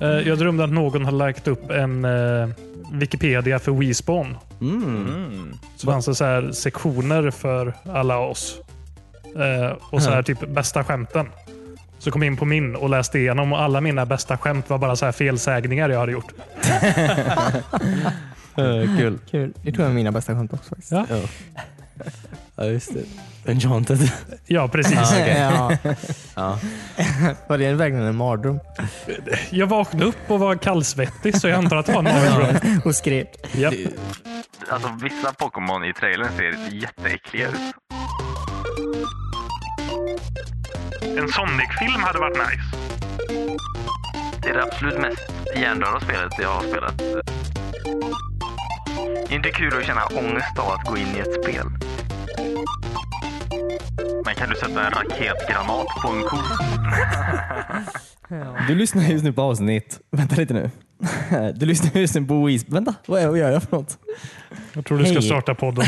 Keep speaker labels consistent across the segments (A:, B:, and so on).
A: Eh, Jag drömde att någon hade lagt upp en eh, Wikipedia för WeSpawn.
B: Mm.
C: Mm.
A: Så fanns det så här sektioner för alla oss. Eh, och så här typ bästa skämten. Så kom jag in på min och läste igenom och alla mina bästa skämt var bara så här felsägningar jag hade gjort.
B: Eh, kul.
D: Kul. Det tror jag är mina bästa skämt också faktiskt.
A: Ja.
B: Ja. ja, just det. Enchanted.
A: Ja, precis.
B: Ah, okej.
D: ja.
B: Ja.
D: Var det verkligen en mardröm?
A: Jag vaknade upp och var kallsvettig så jag antar att det var en mardröm.
D: Och skrek.
A: Japp.
E: Alltså vissa Pokémon i trailern ser jätteäckliga ut. En Sonic-film hade varit nice.
F: Det är det absolut mest hjärndöda spelet jag har spelat. Det är inte kul att känna ångest av att gå in i ett spel.
E: Men kan du sätta en raketgranat på en ko?
B: Du lyssnar just nu på avsnitt. Vänta lite nu. Du lyssnar just nu på Weez... Vänta, vad, är, vad gör jag för något?
A: Jag tror du ska
B: Hej.
A: starta podden.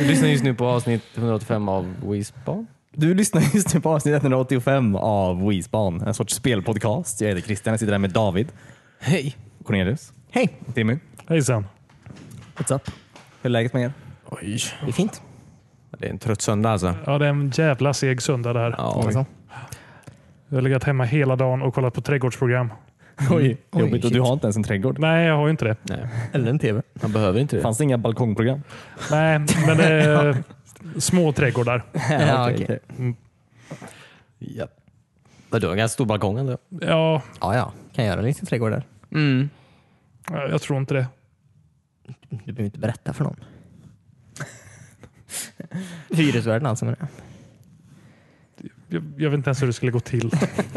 C: Du lyssnar just nu på avsnitt 185 av Wispan.
B: Du lyssnar just nu på avsnitt 185 av Weezban, en sorts spelpodcast. Jag heter Christian, jag sitter här med David,
C: Hej!
B: Cornelius,
D: Hej!
B: Timmy.
A: Hejsan.
B: What's up? Hur är läget med er?
C: Oj.
D: Det är fint.
C: Det är en trött söndag alltså.
A: Ja, det är en jävla seg söndag det här.
C: Ja,
D: Alltså.
A: Jag har legat hemma hela dagen och kollat på trädgårdsprogram.
B: Oj,
D: Oj,
B: jobbigt. och
D: shit.
B: du har inte ens en trädgård.
A: Nej, jag har ju inte det.
D: Eller en TV.
C: man behöver inte det.
B: Fanns det inga balkongprogram?
A: Nej, men det är små trädgårdar.
D: Ja, okej.
C: Ja. Vadå, en ganska stor balkong ändå?
A: Ja,
D: Ja, ja. Kan göra en liten trädgård där.
C: Mm.
A: jag tror inte det.
D: Du behöver inte berätta för någon. Hyresvärden alltså menar jag.
A: Jag, jag vet inte ens hur det skulle gå till.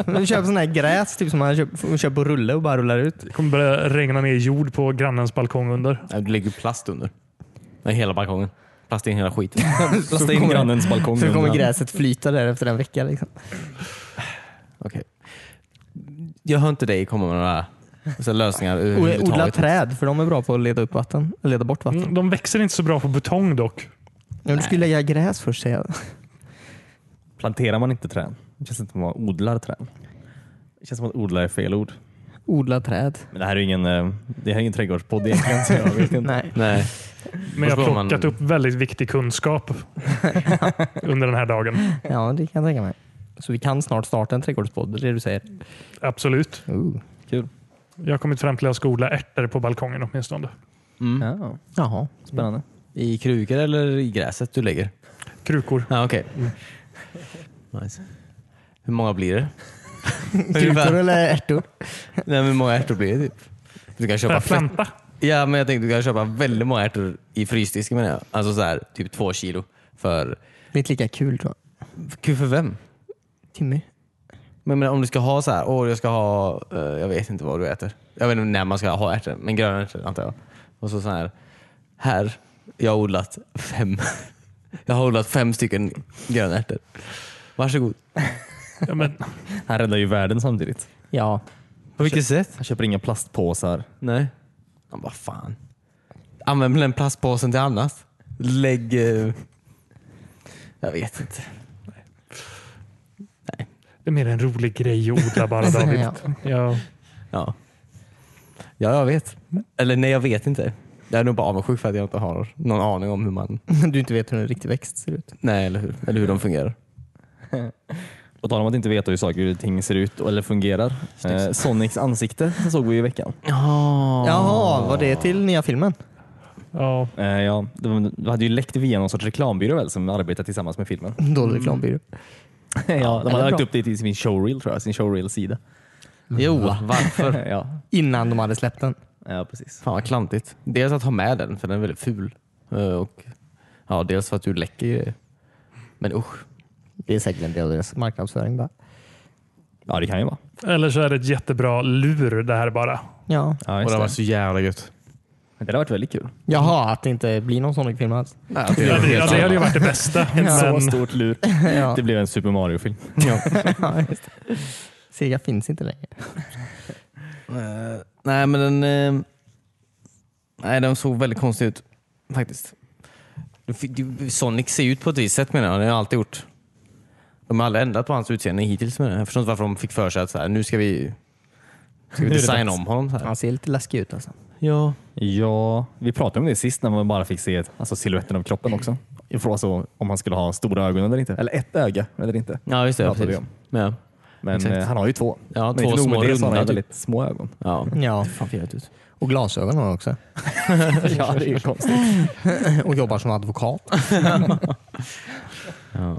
D: Men du köper sån här gräs typ som man köper, köper på rulle och bara rullar ut.
A: Det kommer börja regna ner jord på grannens balkong under.
C: Nej, det ligger plast under. Nej, hela balkongen. Plast in hela skiten.
B: Plasta in grannens balkong.
D: Så kommer
B: under.
D: gräset flyta där efter en vecka. Liksom.
C: Okej. Jag hör inte dig komma med några så här lösningar
D: Och odla
C: överhuvudtaget.
D: träd för de är bra på att leda upp vatten. Leda bort vatten.
A: Mm, De växer inte så bra på betong dock.
D: Ja, du skulle lägga gräs först säger jag.
B: Planterar man inte träd? Det känns inte som att man odlar träd. Det känns som att odla är fel ord.
D: Odla träd.
B: Men det här är ingen, eh, det här är ingen trädgårdspodd egentligen. Så jag vet inte.
D: Nej.
C: Nej.
A: Men jag har
C: Förstår man-
A: plockat upp väldigt viktig kunskap under den här dagen.
D: Ja, det kan jag tänka mig. Så vi kan snart starta en trädgårdspodd, det är det du säger?
A: Absolut.
D: Ooh.
B: Kul.
A: Jag har kommit fram till att jag ska odla ärtor på balkongen åtminstone.
C: Mm.
B: Ja,
D: Jaha.
B: spännande.
C: I krukor eller i gräset du lägger?
A: Krukor.
C: Ja, okej. Nice. Hur många blir det?
D: Kryddor eller ärtor?
C: Nej, men hur många ärtor blir det typ? Du kan
A: Får
C: köpa
A: jag
C: fett.
A: planta?
C: Ja, men jag tänkte du kan köpa väldigt många ärtor i frysdisken menar jag. Alltså så här, typ två kilo. För,
D: Det är inte lika kul tror jag.
C: kul för vem?
D: Timmy?
C: Men, men om du ska ha så här, åh jag ska ha, eh, jag vet inte vad du äter. Jag vet inte när man ska ha ärtor, men gröna ärtor antar jag. Och så så här, här, jag har odlat fem. Jag har odlat fem stycken gröna ärtor. Varsågod.
A: Ja, men,
B: Han räddar ju världen samtidigt.
D: Ja.
C: På vilket sätt?
B: Han köper inga plastpåsar.
C: Nej. Men vad fan. Använd väl den plastpåsen till annat. Lägg... eh, Jag vet inte.
A: det är mer en rolig grej att odla bara David.
D: ja.
A: Ja.
C: Ja. ja, jag vet. Eller nej, jag vet inte. Jag är nog bara avundsjuk för att jag inte har någon aning om hur man...
D: Du inte vet hur en riktig växt ser ut.
C: Nej, eller hur, eller hur de fungerar.
B: På tal om att inte veta hur saker och ting ser ut eller fungerar. Eh, Sonics ansikte så såg vi ju i veckan.
D: Jaha, var det till nya filmen?
A: Ja.
B: Eh, ja, det, det hade ju läckt via någon sorts reklambyrå väl, som arbetar tillsammans med filmen.
D: Dålig reklambyrå.
B: ja, de
D: det är
B: hade lagt
D: bra.
B: upp det till sin showreel tror jag, sin showreel-sida.
C: Jo, varför?
B: ja,
D: Innan de hade släppt den.
B: ja, precis.
C: Fan vad klantigt. Dels att ha med den, för den är väldigt ful. Eh, Och, ja, dels för att du läcker grejer. Men usch.
D: Det är säkert en del av deras marknadsföring bara.
B: Ja, det kan ju vara.
A: Eller så är det ett jättebra lur det här bara.
D: Ja.
B: Ja,
C: Och
B: just
C: det var
B: det.
C: så jävla gött.
B: det hade varit väldigt kul.
D: Jaha, att det inte blir någon sån film alls.
C: Ja, det,
A: Ja, det, ja, det hade ju varit det bästa.
B: Så
A: Men,
B: stort lur.
D: Ja.
B: Det blev en Super Mario-film.
D: Ja, just det. Sega finns inte längre.
C: Eh, nej, men den... eh, nej, den såg väldigt konstig ut. Faktiskt. Du fick- du- Sonic ser ut på ett visst sätt menar jag. Det har jag alltid gjort. De har aldrig ändrat på hans utseende hittills menar jag. Jag förstår inte varför de fick för sig att så här, nu ska vi Ska vi
D: Nu är det
C: designa
D: dags.
C: om honom? Så här?
D: Han ser lite läskig ut alltså.
C: Ja.
B: Ja, vi pratade om det sist när man bara fick se alltså, siluetten av kroppen också. Jag frågade så om han skulle ha stora ögon eller inte. Eller ett öga eller inte.
C: ja, just det. Ja,
B: Pratade vi
C: precis.
B: om.
C: Ja.
B: Men
C: Exakt.
B: eh, han har ju två.
C: Ja,
B: Men
C: två
B: inte nog med
C: små
B: det, så har
C: runda.
B: han
C: Typ.
B: väldigt små ögon.
C: Ja.
D: Ja.
C: Fan, fel ut.
D: Och glasögon har han också.
B: ja, det är ju konstigt.
D: Och jobbar som advokat.
C: Ja.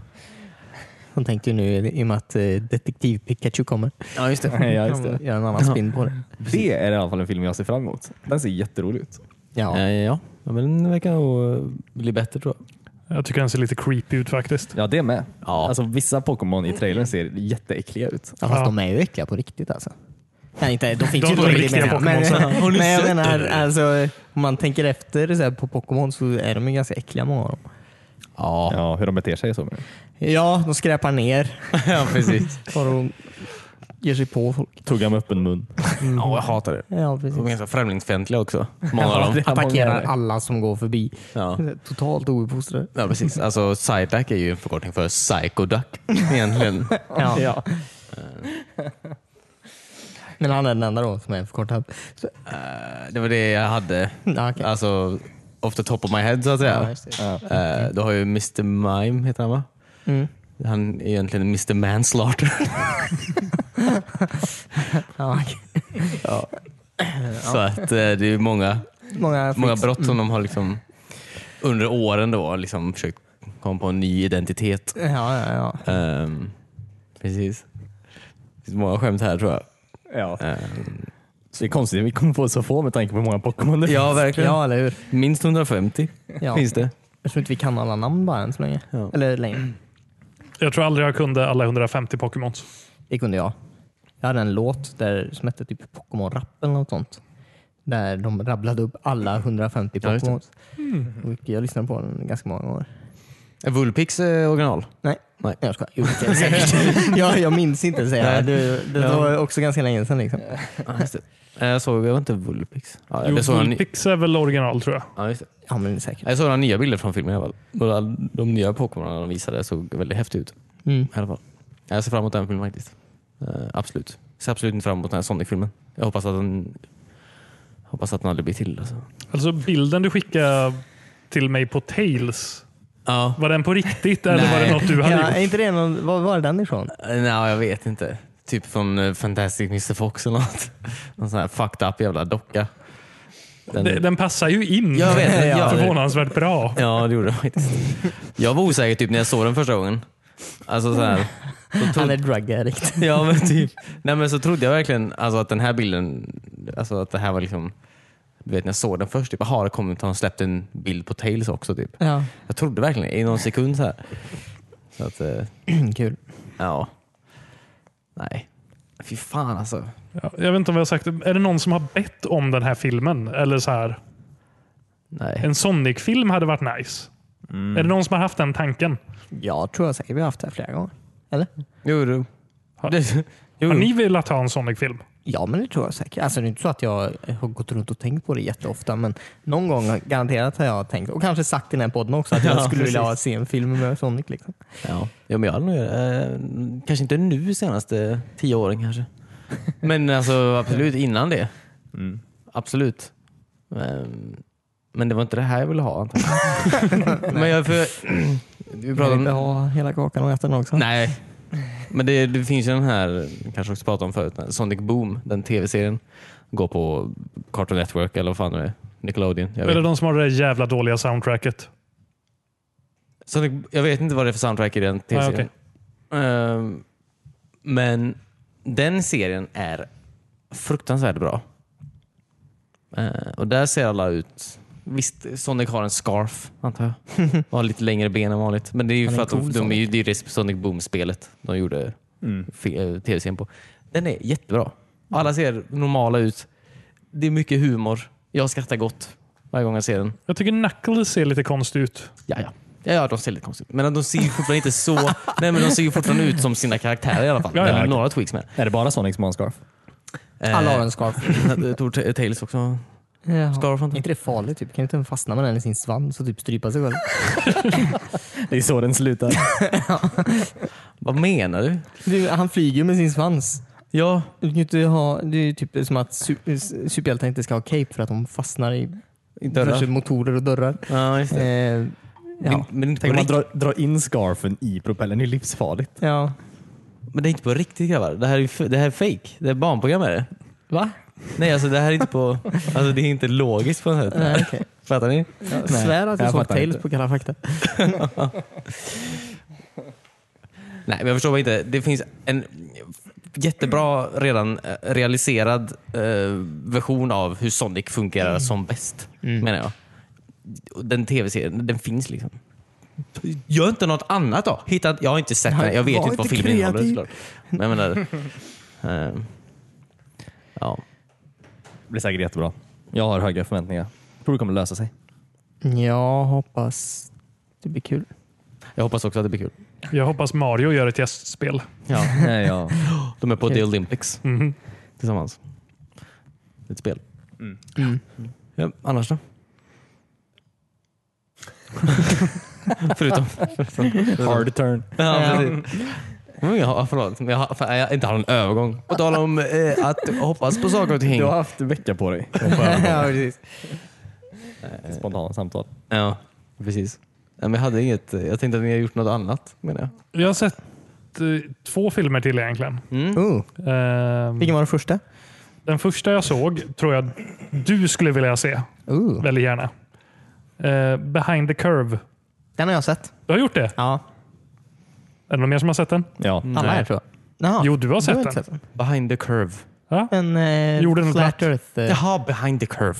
D: Han tänkte ju nu i och med att eh, Detektiv Pikachu kommer.
C: ja, just det.
B: Ja, just det.
D: Göra en annan spin på det.
B: det är i alla fall en film jag ser fram emot. Den ser jätterolig ut.
D: Ja.
C: Ja, Eh, ja. ja men den verkar nog eh, bli bättre tror jag.
A: Jag tycker den ser lite creepy ut faktiskt.
B: Ja, det med.
C: Ja.
B: Alltså, vissa Pokémon i trailern ser jätteäckliga ut.
D: Ja, fast de är ju äckliga på riktigt alltså. Nej, inte, de finns
A: De-
D: ju
A: de
D: på riktigt
A: riktiga
D: menar jag.
A: Pokémon, så-
D: Men, men jag
C: sett
D: menar,
C: det?
D: alltså, om man tänker efter så här, på Pokémon så är de ju ganska äckliga många av dem.
C: Ja,
B: Ja, hur de beter sig och så. menar jag.
D: Ja, de skräpar ner.
C: ja precis.
D: Tar och ger sig på folk.
B: Tugga med öppen mun.
C: Ja, jag hatar det.
D: Ja,
C: De
D: precis.
C: är ganska främlingsfientliga också. Många av dem.
B: det-
D: Attackerar
B: många-
D: alla som går förbi.
C: Ja.
D: Totalt ouppfostrade.
C: Ja, precis. Alltså, Psyduck är ju en förkortning för Psychoduck egentligen.
D: Ja. Eh. Men han är den enda då som är förkortad. Så,
C: Eh, det var det jag hade.
D: ja, okej.
C: Alltså, off the top of my head så att
D: Ja,
C: säga.
D: just det.
C: Eh, du har ju Mr Mime, heter han va?
D: Mm.
C: Han är egentligen Mr Manslaughter.
D: Ja, okej.
C: Så att eh, det är ju många,
D: många,
C: många
D: fix-
C: brott som de har liksom under åren då liksom försökt komma på en ny identitet.
D: Ja, ja, ja.
C: Ehm, precis. Det finns många skämt här tror jag.
B: Ja.
C: Ehm,
B: Det är konstigt, vi kommer få så få med tanke på hur många Pokémon det
C: ja, verkligen.
D: Ja, eller hur?
C: Minst 150
D: Ja.
C: finns det.
D: Jag tror inte vi kan alla namn bara än så länge.
C: Ja.
D: Eller längre.
A: Jag tror aldrig jag kunde alla 150 Pokémons.
D: Det kunde jag. Jag hade en låt där, som hette typ Pokémon-rapp eller något sånt. Där de rabblade upp alla 150
C: Ja, just det.
D: Pokémon. Och jag lyssnade på den ganska många gånger.
C: Är Vulpix eh, original?
D: Nej,
C: Nej.
D: jag skojar. Jo, det är det säkert. jag, jag minns inte säger jag. Det, det
C: Ja.
D: var också ganska länge sedan. Liksom.
C: Ja, just det. Eh, Jag såg, jag var inte Vulpix. Ja,
A: Jo,
C: jag, såg några ny-
A: Vulpix är väl original tror jag.
C: ja, just det.
D: Ja, men säkert.
C: jag såg några nya bilder från filmen i alla fall. Några- De nya Pokémonerna de visade såg väldigt häftigt ut.
D: Mm.
C: I alla fall. Jag ser fram emot den filmen faktiskt. Eh, absolut. Jag ser absolut inte fram emot den här Sonic-filmen. Jag hoppas att den hoppas att den aldrig blir till. Alltså.
A: Alltså bilden du skickade till mig på Tails.
C: Ja.
A: Var den på riktigt eller
C: Nej.
A: var det något du hade
D: Ja,
A: gjort?
D: är inte det någon, var, var är den ifrån?
C: Nej, jag vet inte. Typ från eh, Fantastic Mr Fox eller något. Någon sån här fucked up jävla docka. Den-
A: Den, den passar ju in.
C: Jag vet, jag vet.
A: Förvånansvärt bra.
C: Ja, det gjorde den faktiskt. Jag var osäker typ när jag såg den första gången. Alltså så här. Då
D: Han
C: trodde-
D: är drug addict.
C: Ja men typ. Nej men så trodde jag verkligen alltså, att den här bilden, alltså att det här var liksom, du vet när jag såg den först, typ, aha, det kommer, han släppte en bild på Tails också typ.
D: Ja.
C: Jag trodde verkligen i någon sekund så här. Så att, eh,
D: Kul.
C: ja. Nej. Fy fan alltså.
A: Ja, Jag vet inte om jag har sagt det. Är det någon som har bett om den här filmen? Eller så här,
C: Nej.
A: en Sonic-film hade varit nice. Är det någon som har haft den tanken?
D: Jag tror jag säkert vi har haft det här flera gånger. Eller?
C: Jo du.
A: Har-
C: Det- Jo.
A: Har ni velat ha en Sonic-film?
D: Ja, men det tror jag säkert. Alltså, det är inte så att jag har gått runt och tänkt på det jätteofta, men någon gång garanterat har jag tänkt, och kanske sagt i den här podden också, att jag
C: Ja,
D: skulle vilja
C: precis.
D: ha- se en film med Sonic. Liksom.
C: Ja. ja men jag hade nog, eh, kanske inte nu senaste tio åren kanske. Men alltså absolut innan det.
B: Mm.
C: Absolut. Men, men det var inte det här jag ville ha antagligen. men jag, för, vi
D: Jag
C: pratar
D: vill inte
C: om,
D: ha hela kakan och äta den också.
C: nej. Men det, det finns ju den här, kanske också pratade om förut, den här Sonic Boom, den tv-serien. Går på Cartoon Network eller vad fan det är. Nickelodeon. Jag
A: Är det
C: vet,
A: de som har det jävla dåliga soundtracket?
C: Sonic, jag vet inte vad det är för soundtrack i
D: Ah,
C: den tv-serien.
A: okej.
C: Ehm, men den serien är fruktansvärt bra. Eh, och där ser alla ut... Visst, Sonic har en scarf, antar jag. Och har lite längre ben än vanligt. Men det är ju
D: Han är
C: för att
D: cool
C: de, de är
D: Sonic.
C: ju, det är ju Sonic Boom-spelet de gjorde
B: Mm.
C: fi- eh, tv-serien på. Den är jättebra. Alla ser normala ut. Det är mycket humor. Jag skrattar gott varje gång jag ser den.
A: Jag tycker Knuckles ser lite konstig ut.
C: Ja, ja. Ja, ja, de ser lite konstigt ut. Men de ser ju fortfarande inte så... Nej, men de ser ju fortfarande ut som sina karaktärer i alla fall.
A: Ja, ja.
C: Det är Några tweaks med.
B: Är det bara Sonic som har en scarf?
D: Alla har
C: Eh,
D: en scarf.
C: Jag tror Ta- Tails också.
D: Ja.
C: Scarf
D: Är
C: antar jag.
D: inte det farligt? Typ? Kan inte den fastna med den i sin svans och typ strypa sig själv?
B: Det är så den slutar.
C: Vad menar du?
D: Du, han flyger ju med sin svans.
C: Ja,
D: Du kan ju inte ha, det är ju typ som att su- superhjältar inte ska ha cape för att de fastnar i diverse motorer och dörrar.
C: Ja, just
D: Eh,
C: det.
D: ja.
C: Men, men, inte på
B: Tänk om man
C: rikt-
B: drar, drar in scarfen i propellern. Det är livsfarligt.
D: ja.
C: men det är inte på riktigt grabbar. Det här är, ju f- det här är fake. Det är barnprogram är det.
D: Va?
C: Nej, alltså det här är inte på... Alltså det är inte logiskt på något sätt.
D: Nej, okej.
C: Fattar ni?
D: Jag svär att jag
B: jag
D: såg
B: fattar
D: Tales
B: inte.
D: på Kalla fakta.
C: Nej, men jag förstår bara inte. Det finns en jättebra redan eh, realiserad eh, version av hur Sonic fungerar som bäst, menar jag. Och Den tv-serien, den finns liksom. Gör inte något annat då. Hitta, jag har inte sett
D: Nej,
C: den. Jag vet
D: var
C: inte vad
D: inte
C: filmen innehåller
D: kreativ.
C: såklart. Men jag menar... ehm, ja.
B: Det blir säkert jättebra. Jag har höga förväntningar. tror det kommer lösa sig.
D: Jag hoppas det blir kul.
C: Jag hoppas också att det blir kul.
A: Jag hoppas Mario gör ett gästspel. Mhm.
C: Ja.
B: Nej, ja.
C: De är på The
D: Okej.
C: Olympics tillsammans. Ett spel. Mm. Ja, annars då? förutom...
B: Hard turn.
C: Ja, precis. Mm, jag har, förlåt, men jag, har, fan, jag inte har en övergång. På tal om eh, att hoppas på saker och ting.
B: Du har haft en vecka på dig.
D: ja, precis.
B: Spontana samtal.
C: Ja, precis. Nej, men jag, hade inget, jag tänkte att ni hade gjort något annat menar jag.
A: Jag har sett eh, två filmer till egentligen.
D: Oh.
A: Ehm,
D: Vilken var den första?
A: Den första jag såg tror jag du skulle vilja se
D: Oh.
A: väldigt gärna. Eh, Behind the Curve.
D: Den har jag sett.
A: Du har gjort det?
D: Ja,
A: Är det någon mer som har sett den?
B: Ja.
D: alla här tror jag. Jaha,
A: Jo, du har sett
D: inte
A: den.
C: Behind the curve.
A: Ja?
D: En eh,
A: Jorden och
D: Flat
A: platt.
D: Earth-dokumentären.
C: Jaha, behind the curve.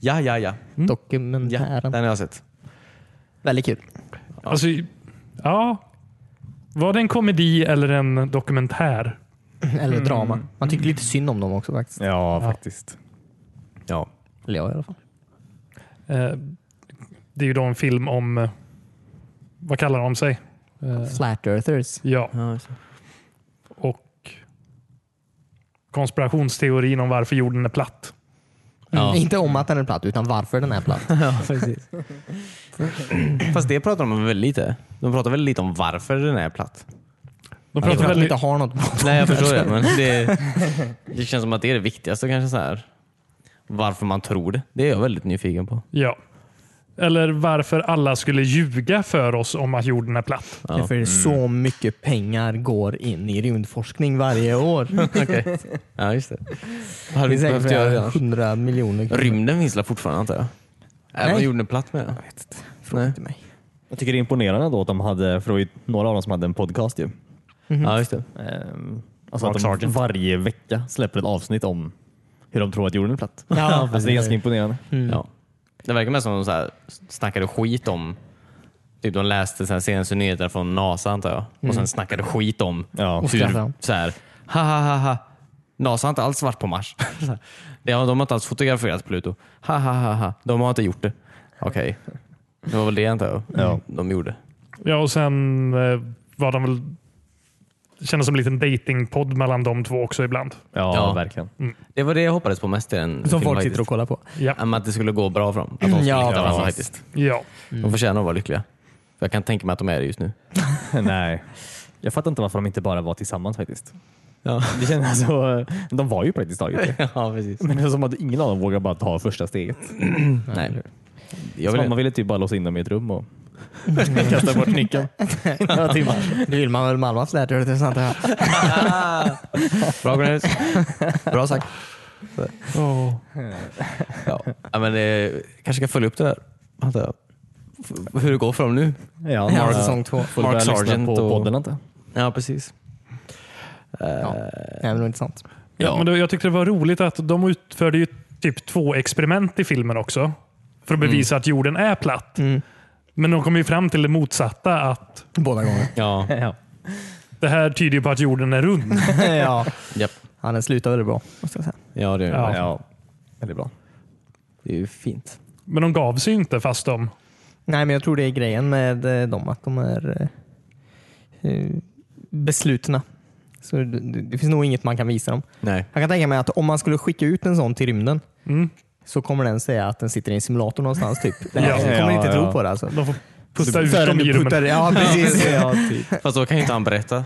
C: Ja, ja, ja. ja den har jag sett.
D: Väldigt kul.
A: Alltså, ja. Var det en komedi eller en dokumentär?
D: Eller drama. Man tycker lite synd om dem också faktiskt.
B: Ja, faktiskt.
C: Ja.
D: Eller jag i alla fall.
A: Eh, det är ju då en film om, eh, vad kallar de sig? Eh,
D: Flat Earthers.
A: ja,
C: Ja, just det.
A: och konspirationsteorin om varför jorden är platt.
D: Mm.
C: Ja.
D: Inte om att den är platt, utan varför den är platt.
C: Ja, precis. Fast det pratar de väl lite? De pratar väl lite om varför den är platt?
A: De
D: För
A: pratar
D: att de
A: väldigt,
D: inte har något platt.
C: Nej, jag förstår det. Men det, det känns som att det är det viktigaste kanske. så här. Varför man tror det. Det är jag väldigt nyfiken på.
A: ja. Eller varför alla skulle ljuga för oss om att jorden är platt.
D: Ja.
C: Mm.
D: För så mycket pengar går in i rymdforskning varje år.
C: Ja, just det. Hade
D: Det
C: vi
D: är
C: inte behövt göra det
D: säkert
C: annars.
D: 100 miljoner kronor.
C: Rymden finns väl fortfarande antar jag? Även om
D: Nej.
C: jorden är platt med jag.
D: Fråga inte mig.
B: Jag tycker det är imponerande då att de hade, för det var ju några av dem som hade en podcast ju.
C: Ja, just det.
B: Ehm, Alltså
C: Mark
B: att de
C: Sargent.
B: varje vecka släpper ett avsnitt om hur de tror att jorden är platt.
D: Ja,
B: Alltså det är ganska imponerande.
C: Ja. Det verkar mest som de så här snackade skit om Typ de läste så här senaste nyheterna från NASA antar jag. Och sen snackade skit om
B: Ja.
D: Mm. Och skrattade.
C: hur, så här, ha, ha, ha, ha. NASA har inte alls varit på Mars. Så här. de har de har inte alls fotograferat Pluto. Ha, ha, ha, ha. De har inte gjort det. Okej. Det var väl det antar jag
B: Ja.
C: de gjorde.
A: Ja, och sen eh, var de väl... Det kändes som en liten datingpodd mellan de två också ibland.
B: Ja,
C: Ja.
B: verkligen.
C: Det var det jag hoppades på mest i den
D: Som
C: filmen
D: folk
C: faktiskt.
D: sitter och kollar på.
A: Ja.
C: Ja, men Att det skulle gå bra för dem. Att de skulle
D: Ja, Mm.
C: hitta varandra
B: ja.
C: faktiskt.
A: ja.
C: De förtjänar att vara lyckliga. För jag kan tänka mig att de är det just nu.
B: Nej. Jag fattar inte varför de inte bara var tillsammans faktiskt.
C: Ja,
B: Det kändes så, de var ju praktiskt taget det.
C: ja precis.
B: Men det är som att ingen av dem vågar bara ta första steget.
C: Nej.
B: Jag
C: Jag
B: vill,
C: vill,
B: man ville typ bara låsa in dem i ett rum och kasta bort nyckeln. Några timmar.
D: Det vill man väl Malmas lärt sig. Det är sant det här.
C: Bra Cornelis. Bra sagt.
A: Åh.
C: Ja. Ja, men, eh, kanske ska följa upp det där. antar jag. F- Hur det går för dem nu.
B: Ja,
D: Ja, säsong två.
B: Får
C: Mark
B: Mark Sargent
C: Sargent
B: på
C: och-
B: podden inte?
C: Ja, precis.
D: Ja. Nej, men det var inte sant.
A: Ja, men det, jag tyckte det var roligt att de utförde ju typ två experiment i filmen också. För att bevisa att jorden är platt. Men de kom ju fram till det motsatta. att
D: Båda gångerna.
C: Ja.
B: Ja.
A: Det här tyder ju på att jorden är rund.
D: ja.
C: Japp.
D: ja, den slutade väl bra. Måste jag säga.
C: ja, det är,
A: Ja.
B: ja. Väldigt bra.
C: det är ju fint.
A: Men de gav sig ju inte fast de...
D: Nej, men jag tror det är grejen med eh, dem, att de är eh, eh, beslutna. Så det, det- det finns nog inget man kan visa dem.
C: Nej.
D: Jag kan tänka mig att om man skulle skicka ut en sån till rymden
A: Mm.
D: så kommer den säga att den sitter i en simulator någonstans. Typ. Den
A: Ja,
D: kommer
B: ja,
D: inte
B: ja.
D: tro på det. Alltså.
A: De får putta ut
D: Förrän
A: dem i
D: du
A: rummet.
D: puttar, ja, precis.
B: Ja, typ.
C: Fast då kan ju inte han berätta.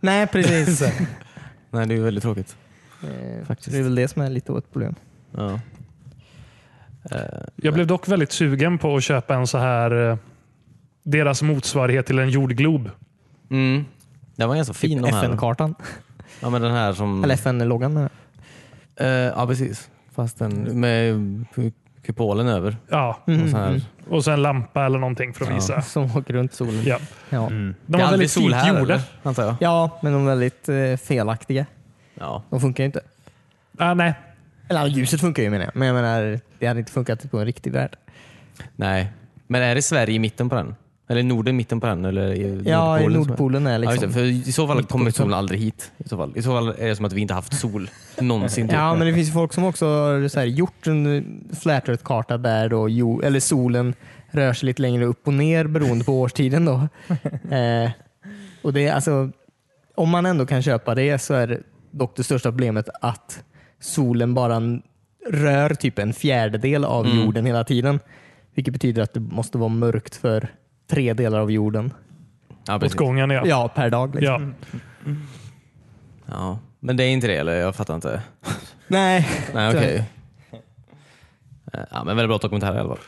D: Nej, precis.
C: Nej, det är ju väldigt tråkigt.
D: Eh,
C: Faktiskt.
D: Det är väl det som är lite av ett problem.
C: Ja. Eh,
A: Jag blev dock väldigt sugen på att köpa en så här eh, deras motsvarighet till en jordglob.
C: mm. Den var ganska fin de här.
D: Typ FN-kartan.
C: Ja, men den här som...
D: Eller FN-loggan menar jag.
C: Eh, ja, precis. Fast den med ku- kupolen över.
A: Ja,
C: Och
D: Mm,
C: så här.
D: mm.
A: och så en lampa eller någonting för att
C: Ja.
A: visa.
D: Som åker runt solen.
A: Ja.
D: Ja.
A: De
C: Det är
A: var
C: aldrig
A: väldigt
C: sol
A: fint
C: här,
A: gjorda.
C: eller? antar jag.
D: ja, men de är väldigt eh, felaktiga.
C: Ja.
D: De funkar ju inte.
A: Ah, nej,
D: Eller ja, ljuset funkar ju menar jag. Men jag menar, det hade inte funkat på en riktig värld.
C: Nej. Men är det Sverige i mitten på den? Eller Norden i mitten på den? Eller i
D: Ja, i
C: Nordpolen som är-
D: Nordpolen är
C: Ja, just det,
D: liksom...
C: för I så fall kommer
D: Nordpolen.
C: solen aldrig hit. I så, fall. I så fall är det som att vi inte haft sol någonsin. typ.
D: Ja, men det finns ju folk som också har så här, gjort en flat earth-karta där då, jo, eller solen rör sig lite längre upp och ner beroende på årstiden. Då. Eh, och det är, alltså, om man ändå kan köpa det så är det dock det största problemet att solen bara n- rör typ en fjärdedel av
C: Mm.
D: jorden hela tiden. Vilket betyder att det måste vara mörkt för tre delar av jorden.
C: ja,
A: åt
C: precis.
A: gången ja.
D: Ja, per dag. Liksom.
A: Ja.
C: ja. Men det är inte det, eller? Jag fattar inte.
D: Nej,
C: Nej, okej. Eh, Ja, men väldigt bra dokumentär i alla fall.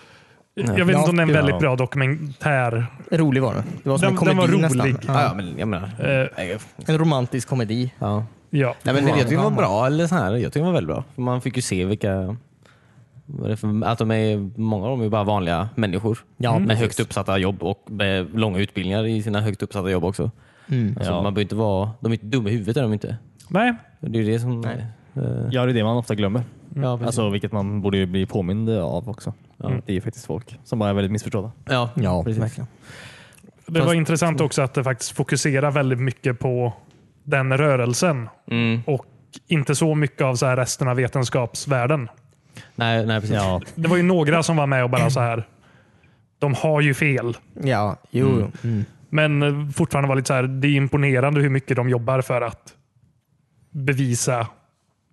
A: Jag vet inte om det är en
D: Ja.
A: väldigt bra dokumentär.
D: rolig var den. Det var som
A: Den-
D: en komedi
A: den var rolig.
D: nästan.
C: Ja,
D: Ja.
C: ja, men jag menar...
A: Eh,
C: Nej,
D: En romantisk komedi.
C: Ja.
A: ja.
C: Nej, men jag tycker den var bra. Eller så här. Jag tycker den var väldigt bra. För Man fick ju se vilka... vad är det för- Att de är, många av dem är bara vanliga människor
D: Ja,
C: med
D: precis.
C: högt uppsatta jobb och med långa utbildningar i sina högt uppsatta jobb också.
D: Mm.
C: Alltså,
B: Ja.
C: man behöver inte vara, de är inte dumma i huvudet. Är de inte.
A: Nej,
C: Det är ju det som... eh,
B: Ja, det är det man ofta glömmer.
C: ja, precis.
B: Alltså, vilket man borde ju bli påmind av också.
C: Ja.
B: Det är ju faktiskt folk som bara är väldigt missförstådda.
C: ja,
D: Ja,
C: precis.
D: verkligen.
A: det var intressant också att det faktiskt fokuserar väldigt mycket på den rörelsen
C: Mm.
A: och inte så mycket av så här resten av vetenskapsvärlden.
C: Nej, nej, precis.
B: Ja,
A: Det var ju några som var med och bara så här. De har ju fel,
D: Ja, jo. jo. Mm.
A: men eh, fortfarande var lite så här. Det är imponerande hur mycket de jobbar för att bevisa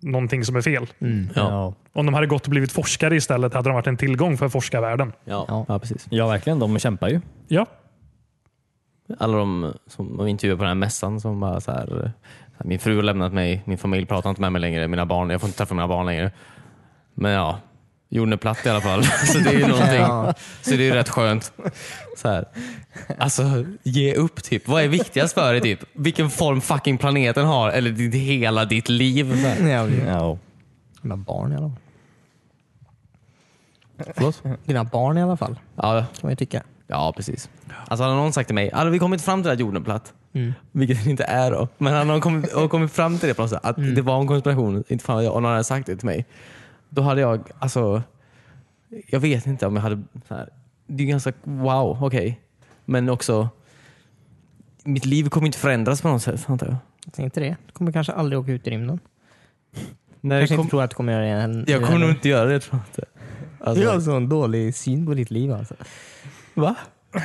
A: någonting som är fel.
C: Ja.
B: ja.
A: Om de hade gått och blivit forskare istället hade de varit en tillgång för forskarvärlden.
C: Ja.
D: Ja.
C: ja, precis.
B: ja verkligen. De kämpar ju.
A: Ja,
C: alla de som de intervjuade på den här mässan som bara så här, så här, min fru har lämnat mig, min familj pratar inte med mig längre, mina barn, jag får inte träffa mina barn längre. Men ja, jorden är platt i alla fall. Så det är ju någonting.
D: Ja.
C: Så det är ju rätt skönt. Så här. Alltså, ge upp typ. Vad är viktigast för dig? Typ? Vilken form fucking planeten har eller ditt, hela ditt liv? Så här.
D: Ja, det-
B: Ja.
D: Dina barn i alla fall.
C: Förlåt?
D: Dina barn i alla fall,
C: Ja,
D: kan man ju tycka.
C: ja, precis. Alltså hade någon sagt till mig, hade vi kommit fram till att jorden är platt?
D: Mm.
C: Vilket det inte är då. Men han har kommit, har kommit fram till det på något sätt. Att
A: Mm.
C: det var en konspiration. Inte fan vad jag, om någon hade sagt det till mig. Då hade jag, alltså. Jag vet inte om jag hade, så här, det är ganska, wow, okej. Men också, mitt liv kommer inte förändras på något sätt antar jag.
D: Tänk inte det. Du kommer kanske aldrig åka ut i rymden.
C: När det
D: Kanske
C: kom,
D: inte tror att du kommer göra det. än-
C: jag kommer nog inte göra det tror jag inte.
D: Du har
C: Alltså,
D: alltså en dålig syn på ditt liv alltså.
C: va?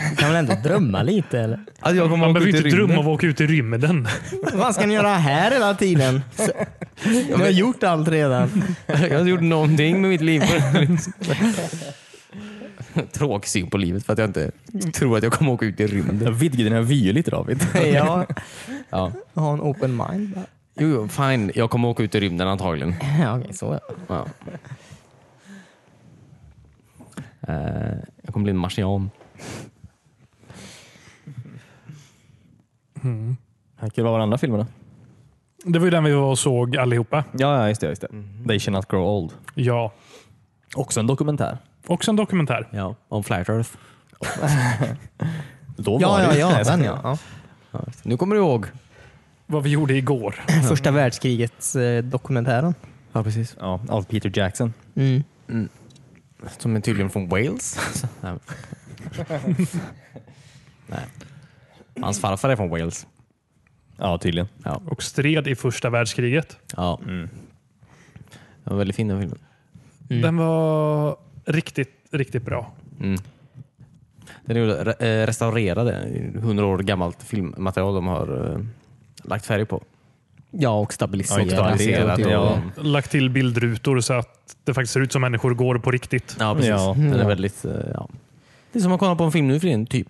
D: Du kan väl ändå drömma lite eller?
C: Alltså, jag kommer
A: man
C: åka
A: behöver
C: ut
A: ju
C: i
A: inte drömma om
C: rymden.
A: att åka ut i rymden.
D: Vad ska ni göra här hela tiden? Så- Du har gjort allt redan.
C: Jag har gjort någonting med mitt liv. liksom. Tråkig syn på livet för att jag inte tror att jag kommer åka ut i rymden.
B: Jag vidgar dina vyer lite David.
D: Ja,
C: Ja.
D: ha en open mind. bara.
C: Jo, jo, fine. Jag kommer åka ut i rymden antagligen.
D: Ja, okej, så ja.
C: Ja. Eh, jag kommer bli en marsian.
B: Det kan vara varandra filmerna.
A: Det var ju den vi var och såg allihopa.
B: Ja, ja, just det. Just det. They shall not grow old.
A: Ja,
B: Också en dokumentär.
A: också en dokumentär.
C: Ja, om Flat Earth.
B: Då var
D: Ja,
B: det
D: ja,
B: ju-
D: ja,
B: Nej,
D: den ja.
C: Ja, just det. nu kommer du ihåg.
A: Vad vi gjorde igår.
D: ja. Första världskrigets eh, dokumentären.
C: Ja, precis.
B: ja, av Peter Jackson.
D: Mm.
C: Som är tydligen från Wales. Så, nej. nej. Hans farfar är från Wales.
B: Ja, tydligen.
A: Och stred i första världskriget.
C: Ja. Det var väldigt fin den filmen.
A: Den var riktigt, riktigt bra.
C: Den är gjord- re- eh, restaurerade, 100 år gammalt filmmaterial de har eh, lagt färg på.
D: Ja, och stabiliserat.
C: Och stabiliserat.
B: det- ja.
C: och-
A: Lagt till bildrutor så att det faktiskt ser ut som människor går på riktigt.
C: Ja, precis.
B: Ja.
C: Den är väldigt, eh, ja. Det är som att kolla på en film nu för tiden, typ.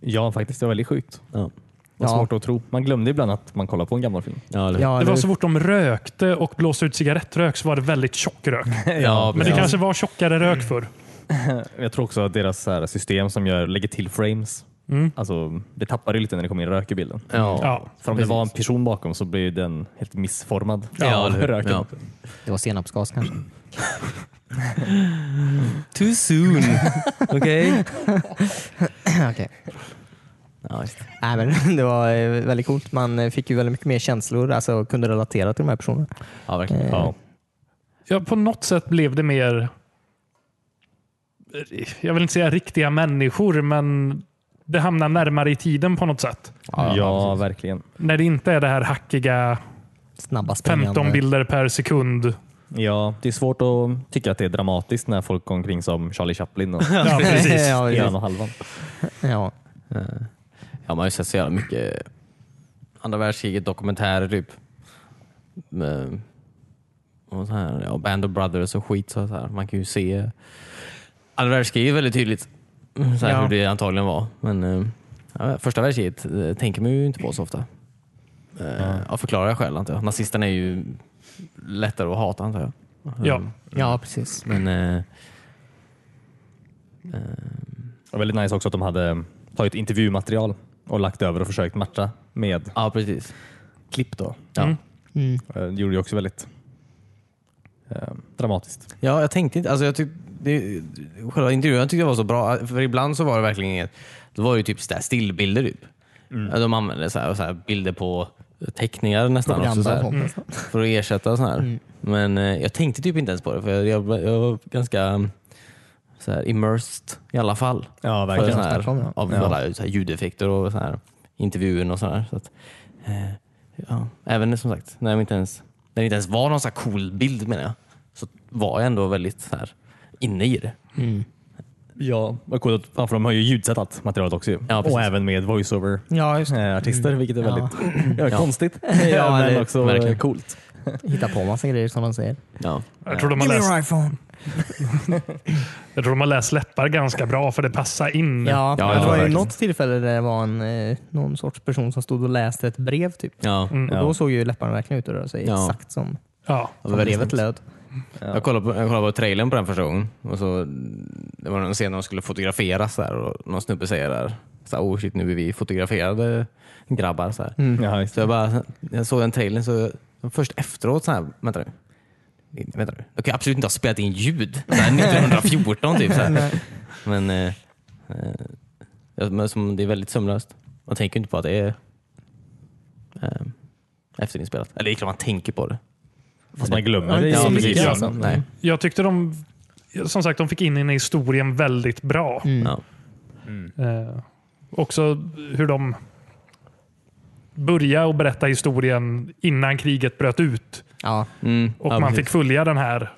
B: Ja, faktiskt. Det var väldigt sjukt.
C: Ja.
B: Vad
D: Ja.
B: svårt att tro. Man glömde ibland att man kollar på en gammal film.
C: Ja, eller-
D: Ja,
A: Det var
D: eller-
A: så fort de rökte och blåste ut cigarettrök så var det väldigt tjock rök.
C: ja,
A: Men det
C: precis.
A: kanske var tjockare rök förr.
B: Jag tror också att deras så här system som gör, lägger till frames,
A: Mm.
B: alltså, det tappar ju lite när det kommer in rök i bilden.
C: Ja.
A: Ja.
B: För om det var en person bakom så blir ju den helt missformad.
C: Ja, eller hur?
B: röken.
C: Ja.
G: Det var senapsgas kanske.
C: Too soon. Okej?
D: Okej.
C: Ja, just.
D: Nej, men det var eh, väldigt coolt. Man eh, fick ju väldigt mycket mer känslor, alltså kunde relatera till de här personerna.
C: ja, verkligen.
D: Eh,
B: Ja.
A: Ja, på något sätt blev det mer, jag vill inte säga riktiga människor, men det hamnar närmare i tiden på något sätt.
B: Ja, verkligen.
A: När det inte är det här hackiga
D: Snabba springande.
A: 15 bilder per sekund.
B: Ja, det är svårt att tycka att det är dramatiskt när folk går omkring som Charlie Chaplin och
A: Ja, precis.
B: ena
D: ja, precis.
B: och halvan.
D: ja.
C: Ja, man har ju sett så jävla mycket andra världskriget dokumentärer typ. Med, och så här, ja, Band of Brothers och skit. Så här. Man kan ju se andra världskriget väldigt tydligt. Så här,
A: Ja.
C: Hur det antagligen var. Men eh, ja, första världskriget eh, tänker man ju inte på så ofta. Eh, Av förklarliga skäl antar jag. Nazisterna är ju lättare att hata antar jag.
A: Ja.
D: ja, precis.
C: Men eh,
B: Och väldigt nice också att de hade tagit intervjumaterial och lagt över och försökt matcha med
C: ja, precis.
B: klipp. Då.
C: Ja.
A: Mm.
D: Mm.
B: Eh, Det gjorde ju också väldigt eh, dramatiskt.
C: Ja, jag tänkte inte. Alltså jag tyck, det, själva intervjun tyckte jag var så bra. För ibland så var det verkligen inget. Det var ju typ så där stillbilder. Typ. De använde så här, så här bilder på teckningar nästan. Också, så
D: Propaganda.
C: här,
D: Mm.
C: för att ersätta sådana här. Men eh, jag tänkte typ inte ens på det. För jag, jag, jag var ganska mm, så här, immersed i alla fall.
B: Ja,
C: För sån
D: Snacka om
C: här,
D: det.
C: av
B: Ja.
C: alla så här ljudeffekter och så här, intervjun och sådär. Så att, eh, ja. Även som sagt, när det inte ens, när det inte ens var någon så här cool bild menar jag, så var jag ändå väldigt så här, inne i det.
D: Mm.
B: Ja, vad coolt. att- Ja, för de har ju ljudsättat materialet också. ju.
C: Ja, precis.
B: och även med voiceover
D: Ja, just det.
B: eh, artister, vilket är
D: Ja.
B: väldigt ja. konstigt.
C: Ja,
B: men
C: det är
B: också
C: verkligen.
B: coolt.
D: Hitta på massa grejer som de säger.
C: Ja.
A: Jag tror de har läst,
D: iPhone.
A: jag tror de har läst läppar ganska bra för det passar in.
D: Ja,
C: Ja,
D: det
C: ja,
D: var ju
C: verkligen.
D: något tillfälle där det var en, eh, någon sorts person som stod och läste ett brev. typ.
C: Ja.
A: Mm.
D: Och Då såg ju läpparna verkligen ut att röra sig
C: Ja.
D: exakt som,
A: Ja.
D: som
C: väldigt
D: brevet
C: sant.
D: löd.
C: Jag, kollade på, jag kollade på trailern på den första gången. Och så, det var en scen där de skulle fotograferas där och någon snubbe säger där, så här, oh shit, nu är vi fotograferade grabbar. Så här.
D: Mm.
B: Ja, just
C: Så
B: det.
C: jag, bara, jag såg den trailern så först efteråt så här, vänta nu. Vänta nu. Jag kan absolut inte ha spelat in ljud. Så här, 1914 typ. Så här. Men, eh, eh, ja, men som det är väldigt sömlöst. Man tänker ju inte på att det är eh, efterinspelat. Eller det är klart man tänker på det.
B: Fast man glömmer det. liksom.
D: Ja,
B: i
A: precis.
B: musiken.
A: Ja.
C: Nej.
A: Jag tyckte de som sagt, de fick in den i historien väldigt bra.
D: Mm.
C: Ja.
A: Eh, också hur de började och berätta historien innan kriget bröt ut.
D: Ja,
C: Mm,
A: Och
C: ja,
A: man
C: precis.
A: fick följa den här,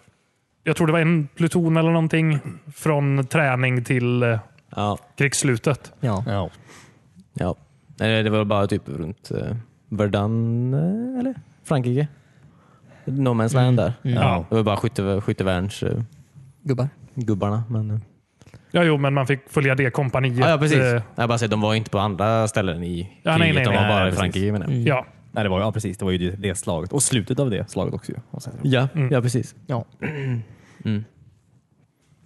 A: jag tror det var en pluton eller någonting, från träning till eh,
C: Ja,
A: krigsslutet.
D: ja.
B: Ja.
C: ja. Nej, det var bara typ runt eh, Verdun eh, eller Frankrike. No man's
A: Mm.
C: land där.
A: Ja.
C: Det var bara skytte, skyttevärns... Eh,
D: Mm. gubbar.
C: gubbarna. Men, eh.
A: Ja, jo, men man fick följa det kompaniet.
C: ja, ja, precis.
A: eh,
C: Jag bara säger, de var inte på andra ställen i kriget.
A: nej, nej,
C: de var
A: nej.
C: bara i
B: Nej, precis.
C: Frankrike menar jag.
D: Mm.
A: Ja,
B: Nej, det var, ju- ja, precis. Det var ju det slaget. Och slutet av det slaget också. ju. Och sen-
C: Ja, ja, precis.
D: Ja.
C: Mm.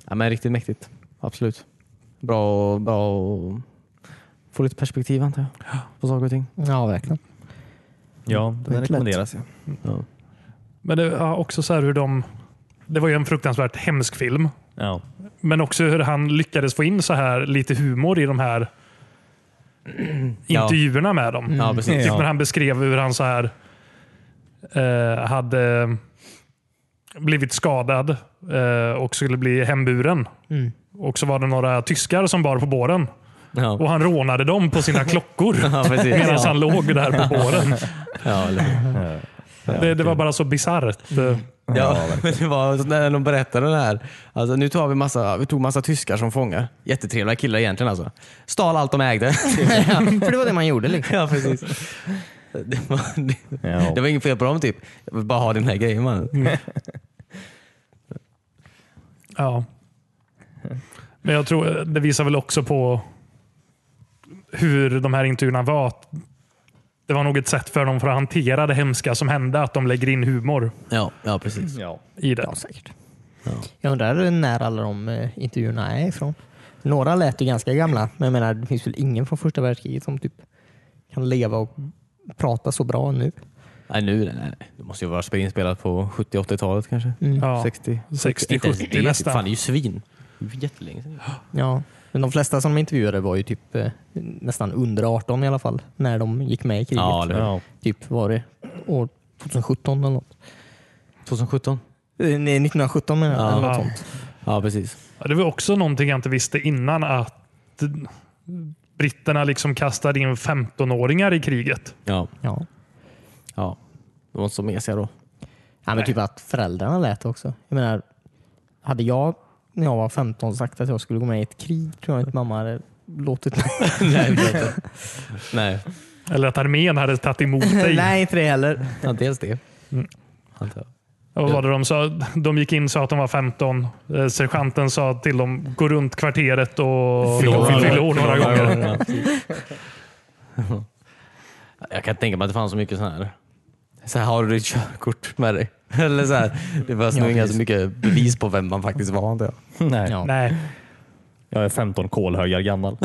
C: Ja, men riktigt mäktigt. Absolut. Bra, bra och få lite perspektiv antar jag. På saker och ting.
D: Ja, verkligen.
B: Ja, den
D: lätt.
B: rekommenderas. ju.
A: men det ja, också så här hur de... Det var ju en fruktansvärt hemsk film.
B: Ja.
A: Men också hur han lyckades få in så här lite humor i de här intervjuerna med dem.
C: Mm. Ja, precis.
A: Typ
B: Ja.
A: när han beskrev hur han så här eh, hade blivit skadad eh, och skulle bli hemburen. Och så var det några tyskar som bar på båren
C: Ja,
A: och han rånade dem på sina klockor
C: ja precis.
A: medan han låg där på båren.
C: Ja, eller hur?
A: Det, det var bara så bisarrt.
C: Ja, men det var så när de berättade det här. Alltså, nu tar vi massa, vi tog massa tyskar som fångar. Jättetrevliga killar egentligen alltså. Stal allt de ägde.
D: Ja, För det var det man gjorde. Liksom.
C: ja, precis. Det var, det,
B: Ja.
C: det var inget fel på dem typ. Jag vill bara ha den här grejen man.
A: Ja. Men jag tror det visar väl också på hur de här intervjuerna var. att Det var nog ett sätt för dem för att hantera det hemska som hände, att de lägger in humor
C: Ja, ja precis.
B: Ja.
A: i det.
D: Ja, säkert. Jag undrar när alla de eh, intervjuerna är ifrån. Några lät ju ganska gamla, men jag menar, det finns väl ingen från första världskriget som typ kan leva och prata så bra nu.
C: Nej, nu nej, nej. Det måste ju vara inspelat på 70-80-talet kanske.
D: Mm.
A: Ja.
C: 60?
A: 60,
C: Inte ens det,
A: 70 nästan.
C: Fan, det är ju svin. Det är Jättelänge sedan.
D: Ja, men de flesta som de intervjuade var ju typ eh, nästan under 18 i alla fall, när de gick med i kriget.
C: Ja, eller hur?
B: Ja.
D: Typ var det år 2017 eller något.
C: 2017?
D: Eh, nej, 1917 menar jag.
C: Ja.
D: eller något
A: Ja.
D: sånt.
C: Ja, precis.
A: Ja, Det var också någonting jag inte visste innan att britterna liksom kastade in 15-åringar i kriget.
C: Ja.
D: Ja.
C: ja. De var inte så mesiga då.
D: Ja, men typ att föräldrarna lät också. Jag menar, hade jag när jag var 15 sagt att jag skulle gå med i ett krig tror jag inte mamma hade låtit mig.
C: nej, inte. nej.
A: Eller att armén hade tagit emot dig.
D: Nej, inte det heller.
C: Ja, dels det. Antar jag.
A: Och vad var det de, sa? de gick in och sa att de var 15. Eh, Sergeanten sa till dem, gå runt kvarteret och
C: Fyll år.
A: fyll år några gånger.
C: Ja, precis. Jag kan tänka mig att det fanns så mycket sådana här. Så här har du ditt körkort med dig. Eller så här, det fanns nog inga så mycket bevis på vem man faktiskt var. antar jag.
B: Nej.
D: Ja.
A: Nej,
B: Jag är 15 kolhögar gammal.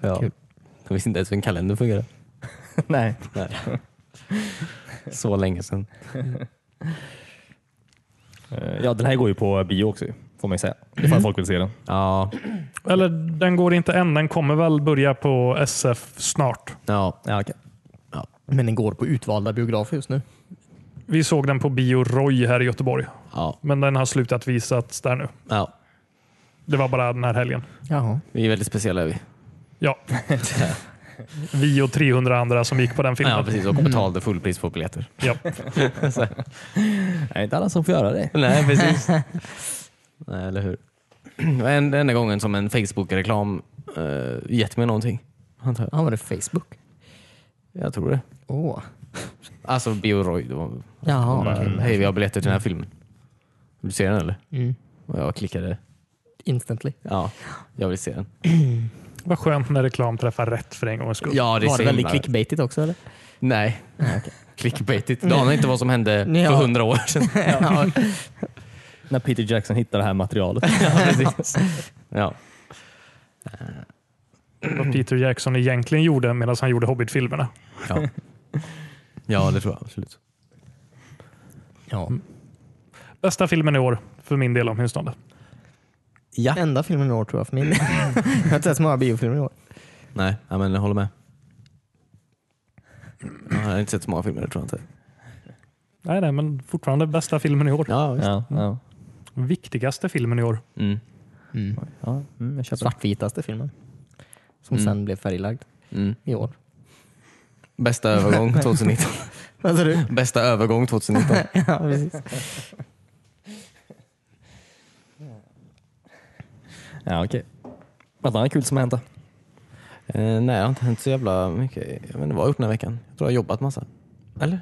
C: Ja.
D: Kul.
C: Jag visste inte ens hur en kalender fungerar.
B: Nej.
C: Nej. Så länge sedan.
B: Eh, Ja, den här går ju på bio också, ju, får man ju säga. Ifall folk vill se den.
C: Ja,
A: eller den går inte än. Den kommer väl börja på SF snart.
C: ja.
B: Ja, okej.
D: Men den går på utvalda biografer just nu.
A: Vi såg den på Bio Roy här i Göteborg,
C: ja.
A: men den har slutat visas där nu.
C: ja.
A: Det var bara den här helgen.
D: Jaha.
C: Vi är väldigt speciella. är Vi.
A: Ja. Vi och 300 andra som gick på den filmen.
C: Ja, precis. Och betalade fullpris på biljetter.
A: Ja.
B: Det är inte alla som får göra det.
C: Nej, precis. Nej, eller hur. En, enda gången som en Facebook-reklam eh, gett mig någonting. Antar jag.
D: Ja, var det Facebook?
C: jag tror det.
D: Åh.
C: Alltså Bioroy. Det var
D: Jaha.
C: bara, hej vi har biljetter till den här filmen. Vill du se den eller?
D: Mm.
C: Och jag klickade,
D: Instantly.
C: ja, jag vill se den.
A: Vad skönt när reklam träffar rätt för en gångs skull.
C: Ja, det är
D: var
C: så
D: det väldigt
C: himla-
D: clickbaitigt också? Eller?
C: Nej. Clickbaitigt. Du anar inte vad som hände
D: Ja.
C: för hundra år sedan.
D: Ja.
B: När Peter Jackson hittar det här materialet.
C: Ja.
A: Vad Peter Jackson egentligen gjorde medan han gjorde Hobbit-filmerna.
C: Ja. ja, det tror jag absolut.
D: ja.
A: Bästa filmen i år, för min del åtminstone.
C: Ja.
D: Enda filmen i år tror jag för min del. Jag har inte sett så många biofilmer i år.
C: Nej, ja, men jag håller med. Ja, Jag har inte sett så många filmer, det tror jag inte.
A: Nej, nej, men fortfarande bästa filmen i år.
C: Ja, visst.
B: Ja, ja.
A: Viktigaste filmen i år.
C: Mm.
B: Ja, mm, jag köper det.
D: Svartvitaste filmen. Som
C: Mm.
D: sen blev färglagd
C: Mm.
D: i år.
C: Bästa övergång 2019.
D: Vad sa du?
C: Bästa övergång 2019.
D: ja, precis.
B: Ja, okej. Något annat kul som har hänt då?
C: Eh, nej, det har inte hänt så jävla mycket. Jag vet inte vad jag har gjort den här veckan. Jag tror jag har jobbat massa. Eller?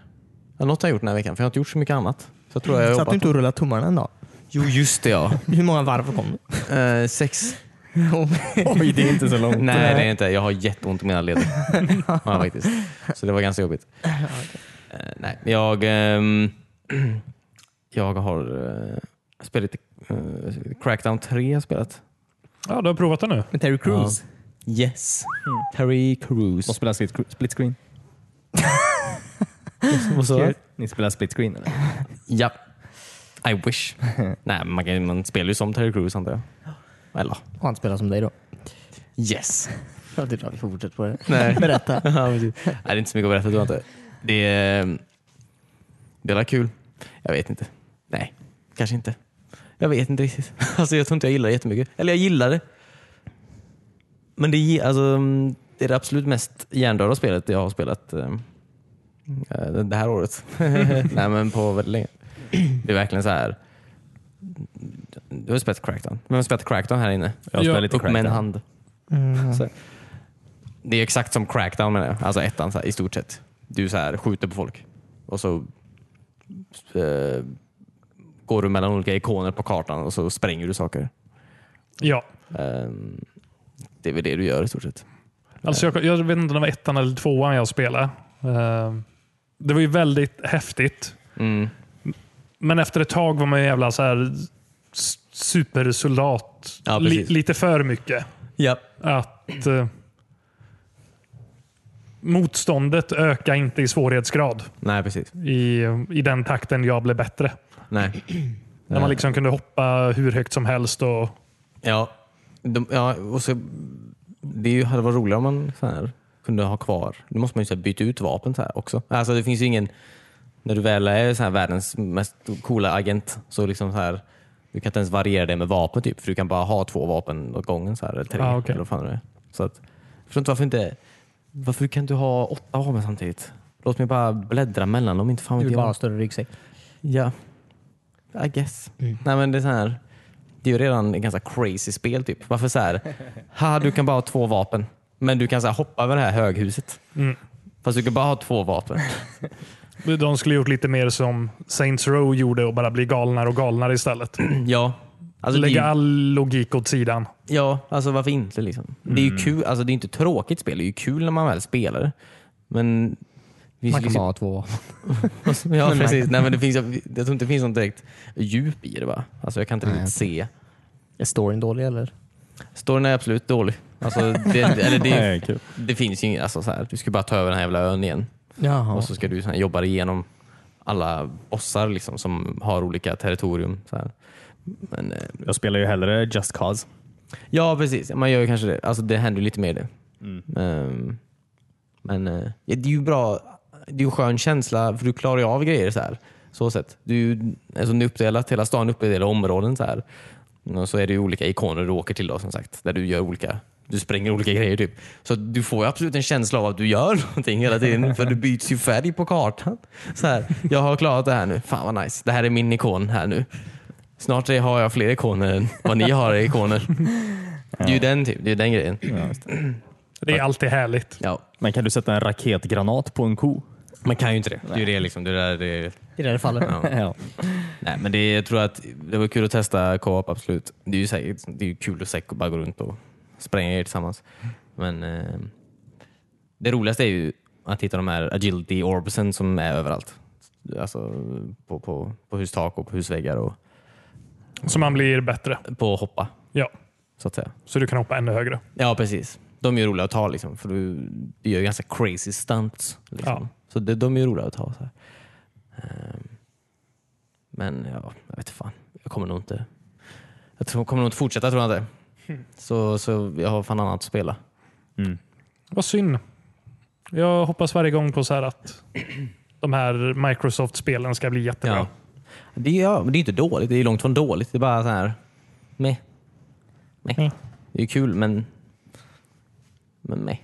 C: Ja, något har jag gjort den här veckan, för jag har inte gjort så mycket annat. Så jag tror jag har
D: Satt Mm, du
C: jobbat.
D: inte och rullade tummarna en dag?
C: Jo, just det ja.
D: Hur många varv kom du?
C: Eh, sex.
B: Oj, det är inte så långt.
C: Nej, det är inte. Jag har jätteont i mina leder. ja, faktiskt. Så det var ganska jobbigt. Eh, nej, jag, ehm, jag har eh, spelat eh, Crackdown 3. har jag spelat.
A: Ja, du har provat den nu.
D: Med Terry Crews?
C: Yes. Terry
B: De
C: Crews.
B: spelar split, split screen.
C: Vad sa du?
B: Ni spelar split screen eller?
C: Ja. I wish. nej, men man, kan, man spelar ju som Terry Crews antar jag. Eller?
D: Och han spelar som dig då?
C: Yes.
D: Ja, det är bra. Vi fortsätter på det.
C: Nej.
D: Berätta.
C: ja, precis. Nej, det är inte så mycket att berätta. Tror jag inte. Det är, det är kul. Jag vet inte. Nej, kanske inte. Jag vet inte riktigt. Alltså, jag tror inte jag gillar det jättemycket. Eller jag gillar det. Men det, är- alltså, mm, det är det absolut mest hjärndöda spelet jag har spelat eh, eh, det här året. Nej, men på väldigt länge. Det är verkligen så här. Du har spelat Crackdown. Vem har spelat Crackdown här inne?
B: Jag spelar
A: Ja,
B: lite
C: Upp med en
B: Crackdown.
C: hand. Så. Det är exakt som Crackdown menar jag. Alltså ettan så här, i stort sett. Du så här, skjuter på folk och så eh, går du mellan olika ikoner på kartan och så spränger du saker.
A: Ja,
C: Ehm, det är väl det du gör i stort sett.
A: Alltså jag, jag vet inte om det var ettan eller tvåan jag spelade. Eh, det var ju väldigt häftigt.
C: Mm.
A: Men efter ett tag var man ju jävla så här s- supersoldat.
C: Ja,
A: Li-
C: precis.
A: lite för mycket.
C: Ja.
A: Att eh, motståndet ökar inte i svårighetsgrad
C: Nej, precis.
A: i, i den takten jag blev bättre.
C: Nej. Eh.
A: När man liksom kunde hoppa hur högt som helst. Och,
C: Ja. De, ja och så, det är ju- hade varit roligare om man så här, kunde ha kvar. Nu måste man ju så här, byta ut vapen så här också. Alltså det finns ju ingen... När du väl är så här, världens mest coola agent så liksom så här, du kan inte ens variera det med vapen typ. För du kan bara ha två vapen åt gången. Så här, eller tre.
A: Ah, okej.
C: Eller vad fan det är. Så att, jag förstår inte varför inte... Varför kan du ha åtta vapen samtidigt? Låt mig bara bläddra mellan dem. Inte fan
D: Du
C: vet
D: vill bara
C: jag.
D: ha större ryggsäck.
C: Ja. I guess. Nej men det är så här. Det är ju redan ett ganska crazy spel typ. Varför så här? Ha, du kan bara ha två vapen. Men du kan så här, hoppa över det här höghuset.
A: Mm.
C: Fast du kan bara ha två vapen.
A: de skulle gjort lite mer som Saints Row gjorde och bara bli galnare och galnare istället.
C: ja. Alltså, det är
A: Lägga
C: ju,
A: all logik åt sidan.
C: ja, alltså varför inte liksom? Det är ju kul. Alltså det är inte ett tråkigt spel. Det är ju kul när man väl spelar det. Men vi
D: Man kan bara ha två.
C: Ja, precis. Nej, men det finns, jag tror inte det finns något direkt djup i det. Va? Alltså, jag kan inte riktigt se.
D: Är storyn dålig eller?
C: Storyn är absolut dålig. Alltså, det, eller det, är-
B: kul.
C: Det finns ju inget, alltså så här, du ska bara ta över den här jävla ön igen
D: Jaha.
C: och så ska du så här, jobba dig igenom alla bossar liksom, som har olika territorium. Så här. Men, eh,
B: Jag spelar ju hellre Just Cause.
C: ja, precis. Man gör ju kanske det. Alltså, det händer ju lite mer det. Ehm, men eh, ja, det är ju bra. Det är ju en skön känsla för du klarar ju av grejer så här. Så sett. Du, alltså, det är uppdelat, hela stan är uppdelad i områden så här. Och så är det ju olika ikoner du åker till då, som sagt. Där du gör olika du spränger olika grejer typ. Så att du får ju absolut en känsla av att du gör någonting hela tiden för du byts ju färg på kartan. Så här, jag har klarat det här nu. Fan vad nice. Det här är min ikon här nu. Snart har jag fler ikoner än vad ni har i ikoner. Det är ju den, typ. det är den grejen.
A: Det är alltid härligt.
C: Ja.
B: Men kan du sätta en raketgranat på en ko?
C: Man kan ju inte det. Det är ju det liksom. Det där, det är...
D: I det här fallet.
B: Ja.
C: Nej, men det, är- jag tror att det var kul att testa co-op, absolut. Det är ju, säkert, det är ju kul att säkert bara gå runt och spränga er tillsammans. Men eh, det roligaste är ju att hitta de här agility orbsen som är överallt. Alltså på, på, på hustak och på husväggar och
A: Så man blir bättre.
C: på att hoppa,
A: Ja,
C: så att säga.
A: så du kan hoppa ännu högre.
C: Ja, precis. De är ju roliga att ta liksom, för du, du gör ju ganska crazy stunts. Liksom.
A: Ja.
C: Så det, de är ju roliga att ta. Så här. Ehm, Men ja, jag vet fan. Jag kommer nog inte Jag tror, kommer nog inte fortsätta tror jag inte. Så, så jag har fan annat att spela.
A: Vad synd. Jag hoppas varje gång på så här att de här Microsoft-spelen ska bli jättebra.
C: Ja. Det, är- ja, men det är inte dåligt. Det är långt från dåligt. Det är bara så här... Meh. Meh.
D: Meh.
C: Det är kul men... Men meh.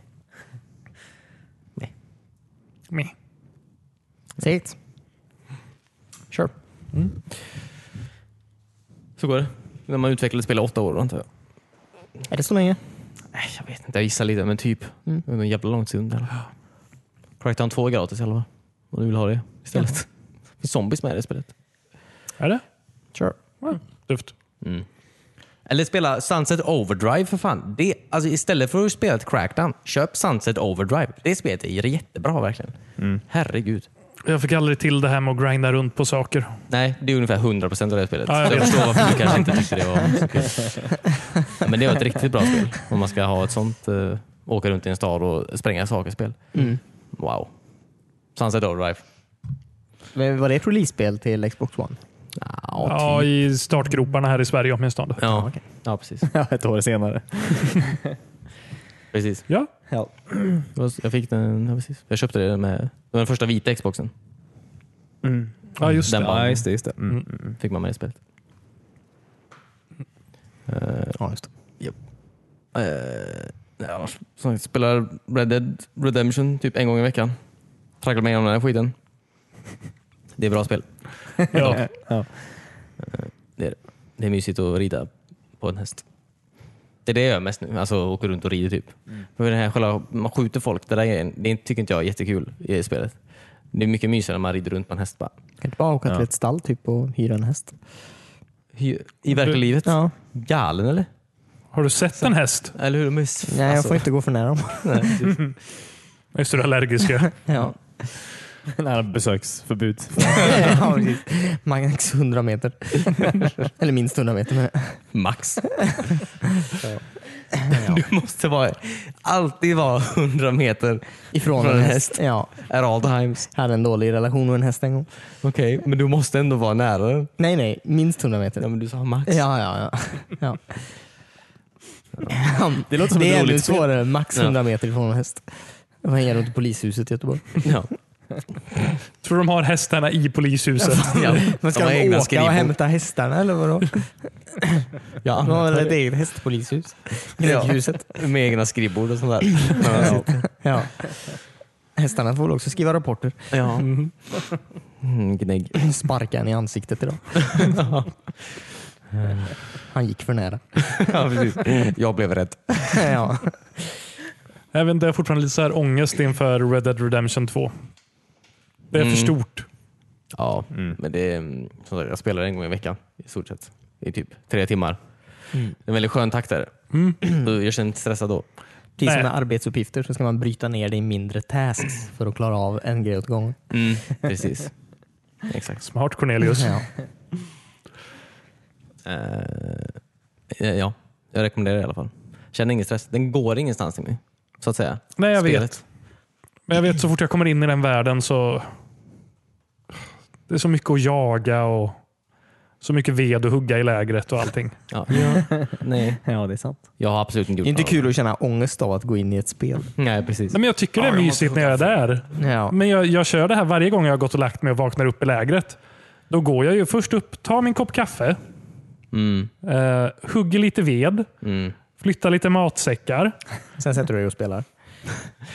A: Meh.
D: Säg det.
C: Sure. Så går det. När man utvecklar ett spel i åtta år antar jag.
D: Är det så länge?
C: Nej, jag vet inte. Jag gissar lite, men typ.
D: Mm.
C: Under en jävla lång tid. Eller? Crackdown 2 är gratis i alla fall. Om du vill ha det istället. Det finns zombies med i det spelet.
A: Är det?
C: Sure.
A: Tufft.
C: Eller spela Sunset Overdrive för fan. Det, alltså istället för att spela ett Crackdown, köp Sunset Overdrive. Det spelet är jättebra verkligen.
A: Mm.
C: Herregud.
A: Jag fick aldrig till det här med att grinda runt på saker.
C: Nej, det är ungefär 100% av det här spelet.
A: Ja, jag
C: så jag
A: vet.
C: förstår varför du kanske inte tyckte det var så kul. Ja, Men det var ett riktigt bra spel. Om man ska ha ett sånt eh, åka runt i en stad och spränga saker-spel. Wow. Sunset Overdrive.
D: Men var det ett release-spel till Xbox One?
A: Ja, i startgroparna här i Sverige åtminstone.
C: typ. Ja, ja precis.
B: Ja, Ett år senare.
C: precis.
A: Ja,
B: Ja.
C: Det var- Jag, fick den, ja, precis. jag köpte det med det var den första vita Xboxen.
A: ja just
C: Den
A: det.
C: bara-
B: just det. Just det. Mm.
C: Fick man med det spelet.
D: Ja, just det.
C: Eh, nej, annars, som sagt, spelar Red Dead Redemption typ en gång i veckan. Tragglar mig igenom den här skiten. Det är bra spel. Eh,
A: Ja.
B: Ja.
C: Det är, det. det är mysigt att rida på en häst. Det är det jag gör mest nu. Alltså åker runt och rider typ. Men det här själva, man skjuter folk, det där grejen, det tycker inte jag är jättekul i spelet. Det är mycket mysigare när man rider runt på en häst. Bara.
D: Kan du inte bara åka till
B: Ja.
D: ett stall typ och hyra en häst?
C: Hy- I verkliga livet?
D: Ja.
C: Galen eller?
A: Har du sett en häst?
C: Eller hur? De är s-
D: Nej, jag
C: alltså-
D: får inte gå för nära dem.
C: Nej, typ.
A: Just det, du är allergisk. ja.
D: ja.
B: Nej, besöksförbud.
D: ja, precis. Max 100 meter. Eller minst 100 meter. Men,
C: Max. Du måste vara, alltid vara 100 meter
D: ifrån
C: Från
D: en
C: en
D: häst.
C: häst.
D: Ja.
C: at all times.
D: Hade en dålig relation med en häst en gång.
C: Okej, men du måste ändå vara nära den.
D: Nej, nej. Minst 100 meter.
C: Ja, men du sa max.
D: Ja, ja, ja. ja.
B: Det låter som
D: det
B: ett
D: är ännu
B: roligt spel.
D: svårare. Max
C: Ja.
D: 100 meter ifrån en häst. Det var runt i polishuset i Göteborg.
C: Ja.
A: Tror de har hästarna i polishuset?
C: Ja.
D: Men ska
C: De har
D: de,
C: egna
D: åka
C: skrivbord.
D: och hämta hästarna eller vadå?
C: Ja,
D: De har väl ett eget hästpolishus? Gräddhuset.
C: Med egna skrivbord och sånt där. Ja.
D: Ja. Hästarna får väl också skriva rapporter.
C: ja. Mm, gnägg.
D: Sparka en i ansiktet idag. Han gick för nära.
C: Ja, precis. Jag blev rädd.
D: ja.
A: Jag vet inte, jag har fortfarande lite så här ångest inför Red Dead Redemption 2. Det är
C: Mm.
A: för stort.
C: Ja, men det är, mm, som sagt, jag spelar en gång i veckan i stort sett. I typ tre timmar. Det är en väldigt skön takt där. Så Jag känner inte stressad då.
D: Precis
A: Nej.
D: som med arbetsuppgifter så ska man bryta ner det i mindre tasks för att klara av en grej åt gången.
C: Mm. Precis. Exakt.
A: Smart Cornelius.
D: Ja.
C: Eh, ja, jag rekommenderar det i alla fall. Känner ingen stress. Den går ingenstans till mig. Så att säga.
A: Nej, jag vet.
C: Spelet.
A: Men jag vet så fort jag kommer in i den världen så... Det är så mycket att jaga och så mycket ved att hugga i lägret och allting.
C: Ja. Nej,
B: Ja, det är sant.
C: jag har absolut inte gjort
D: Det är inte
C: något.
D: kul att känna ångest av att gå in i ett spel.
C: Nej, precis.
A: Nej, men jag tycker det är mysigt när jag är där.
D: Ja.
A: Men jag, jag kör det här varje gång jag har gått och lagt mig och vaknar upp i lägret. Då går jag ju först upp, tar min kopp kaffe,
C: Mm.
A: eh, hugger lite ved,
C: Mm.
A: flyttar lite matsäckar.
D: Sen sätter du dig och spelar.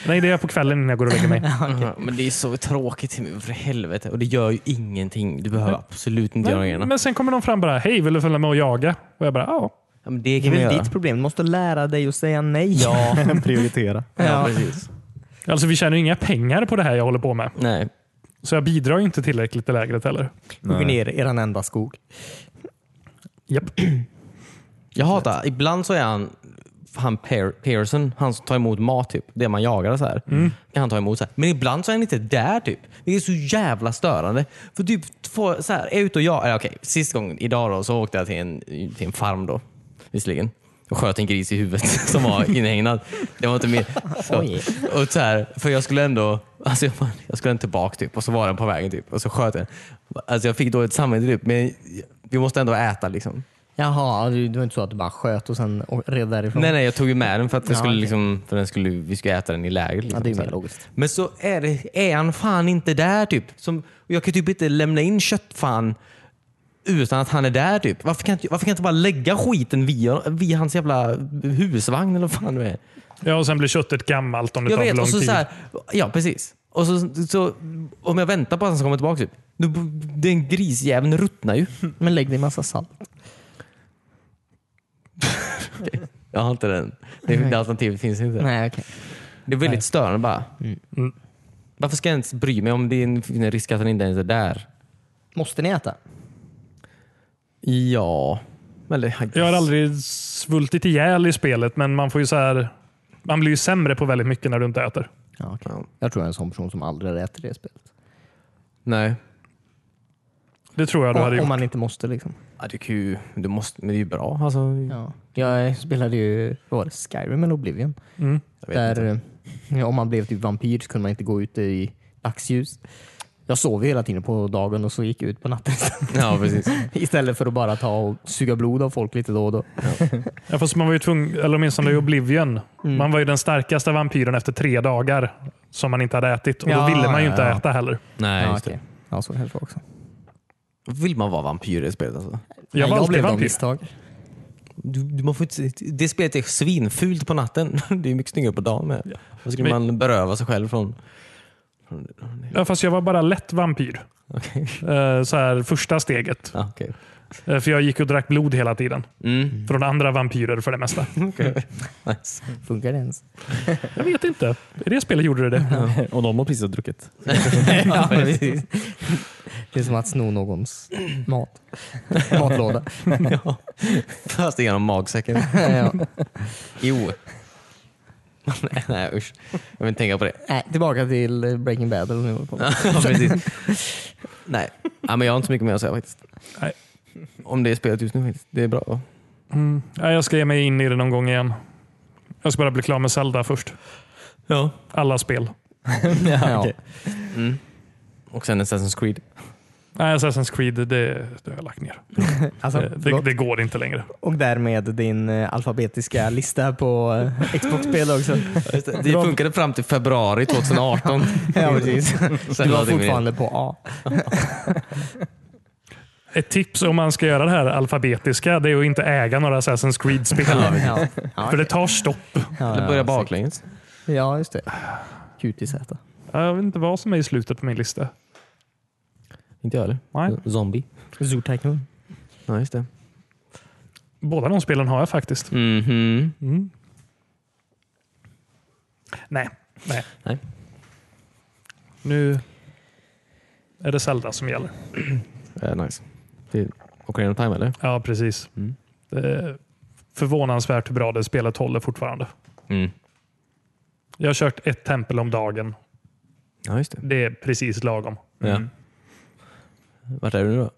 A: Nej, det är jag på kvällen innan jag går och lägger mig.
C: Ja, Men det är så tråkigt till mig, för helvete. Och det gör ju ingenting. Du behöver absolut inte göra något
A: Men,
C: annat.
A: men sen kommer de fram bara, hej vill du följa med och jaga? Och jag bara, ja.
C: Ja, men det
D: Det är
C: kan vi
D: väl
C: göra.
D: ditt problem. Du måste lära dig att säga nej.
C: Ja,
B: Prioritera.
C: ja,
D: Ja.
C: precis.
A: Alltså vi tjänar ju inga pengar på det här jag håller på med.
C: Nej.
A: Så jag bidrar ju inte tillräckligt till lägret heller.
D: Hugg ner eran enda skog.
A: Japp.
C: Jag hatar, ibland så är han, han per, Pearson, han som tar emot mat typ, det man jagar så här. Kan han ta emot så här. Men ibland så är han inte där typ. Det är så jävla störande. För typ två, så här, är jag ute och jagar, eller okej, sist gången idag då så åkte jag till en, till en farm då, visserligen. Och sköt en gris i huvudet som var inhägnad. Det var inte mer. Så.
D: Oj.
C: Och så här, för jag skulle ändå, alltså jag, jag skulle ändå tillbaka typ och så var den på vägen typ och så sköt jag. Alltså jag fick dåligt samvete typ, men vi måste ändå äta liksom.
D: Jaha, du- det var inte så att du bara sköt och sen å- red därifrån?
C: Nej, nej, jag tog ju med den för att jag
D: Ja,
C: skulle
D: okej.
C: liksom, för den skulle, vi skulle äta den i lägret. Liksom,
D: Ja, det är ju
C: Så
D: mer
C: här.
D: logiskt.
C: Men så är, det, är han fan inte där typ. Som, och jag kan typ inte lämna in köttfan utan att han är där typ. Varför kan, inte- varför kan jag inte bara lägga skiten via, via hans jävla husvagn eller vad fan det är?
A: Ja, och sen blir köttet gammalt om det
C: Jag
A: tar för
C: vet,
A: lång
C: och så,
A: tid.
C: så här, Ja, precis. Och så, så, om jag väntar på att han ska komma tillbaka typ. då- Den grisjäveln ruttnar ju.
D: Men lägg dig massa salt.
C: Jag har inte den. Det, det alternativet finns inte.
D: Nej, okej.
C: Det är väldigt störande bara.
A: Mm.
C: Varför ska jag ens bry mig om det är en- finns en risk att han inte ens är där?
D: Måste ni äta?
C: Ja. Eller,
A: Jag har aldrig svultit ihjäl i spelet, men man får ju så här... Man blir ju sämre på väldigt mycket när du inte äter.
D: Ja, okej.
C: Ja.
D: Jag tror jag är en sån person som aldrig äter i det spelet.
C: Nej.
A: Det tror jag du hade
D: Om, om
A: gjort.
D: man inte måste liksom.
C: Ja, det, är ju, du måste, men det är ju bra. Alltså,
D: Ja. Jag spelade ju vad var det, Skyrim eller Oblivion.
A: Mm.
C: jag vet inte.
D: Där, eh, om man blev typ vampyr så kunde man inte gå ute i dagsljus. Jag sov ju hela tiden på dagen och så gick jag ut på natten
C: Ja, precis.
D: istället för att bara ta och suga blod av folk lite då och då.
A: Ja, fast man var ju tvungen, eller åtminstone i Oblivion.
D: Mm.
A: Man var ju den starkaste vampyren efter tre dagar som man inte hade ätit. Och
D: Ja,
A: då ville man ju
D: ja,
A: inte
D: ja.
A: äta heller.
C: Nej,
D: ja,
C: just
D: okej. ja, så kanske det var också.
C: det. Vill man vara vampyr i det spelet? Alltså?
A: Jag var
D: Nej,
A: alltid
D: blev av
A: vampyr.
D: misstag.
C: Du, du, man får inte, det spelet är svinfult på natten. Det är mycket snyggare på dagen med. Vad skulle
A: Men-
C: man beröva sig själv från?
A: Ja, fast jag var bara lätt vampyr.
C: Okej.
A: Eh, så här, första steget.
C: Ja, okej.
A: Eh, för jag gick och drack blod hela tiden.
C: Mm.
A: Från andra vampyrer för det mesta.
C: Okej. Nice.
D: Funkar det ens?
A: Jag vet inte. I det spelet gjorde det det.
B: Och de har precis druckit.
C: ja, precis.
D: Det är som att sno någons mat. Matlåda.
C: ja. Fast genom magsäcken.
D: ja.
C: Jo. Nej, Nej usch. Jag vill inte tänka på det.
D: Nej, tillbaka till eh, Breaking Bad. Eller vad vi håller på med.
C: ja, precis. Nej. Ja, men jag har inte så mycket mer att säga faktiskt.
A: Nej. Mm.
C: Om det är spelet just nu faktiskt. Det är bra. va?
A: Nej, jag ska ge mig in i det någon gång igen. Jag ska bara bli klar med Zelda först.
C: Ja.
A: Alla spel.
D: Ja.
B: okej.
C: Mm. Och sen Assassin's Creed.
A: Nej, Assassin's Creed, det, det har jag lagt ner. Eh,
D: Alltså,
A: Det, det,
D: förlåt.
A: det går inte längre.
D: Och därmed din eh, alfabetiska lista på eh, Xbox-spel också.
C: Det funkade fram till februari 2018.
D: Ja, precis.
C: Sen
D: Du var
C: lade vi ner.
D: fortfarande på A.
A: Ett tips om man ska göra det här alfabetiska, det är att inte äga några Assassin's Creed-spel.
D: Ja, ja,
A: För det tar stopp.
D: ja,
C: Det börjar
D: ja,
C: baklänges.
D: Ja, just det. QTZ.
A: Jag vet inte vad som är i slutet på min lista.
C: Inte jag heller.
A: Nej.
C: Zombie.
D: Zoo Tycoon.
C: Ja, just det.
A: Båda de spelen har jag faktiskt.
C: Mhm.
A: Nej. Nej.
C: Nej.
A: Nu är det Zelda som gäller.
C: Eh, nice. Det är Ocarina of Time eller?
A: Ja, precis.
C: Mm.
A: Det är förvånansvärt hur bra det spelet håller fortfarande.
C: Mm.
A: Jag har kört ett tempel om dagen.
C: Ja, just det.
A: Det är precis lagom.
C: Ja. Vart är du nu då?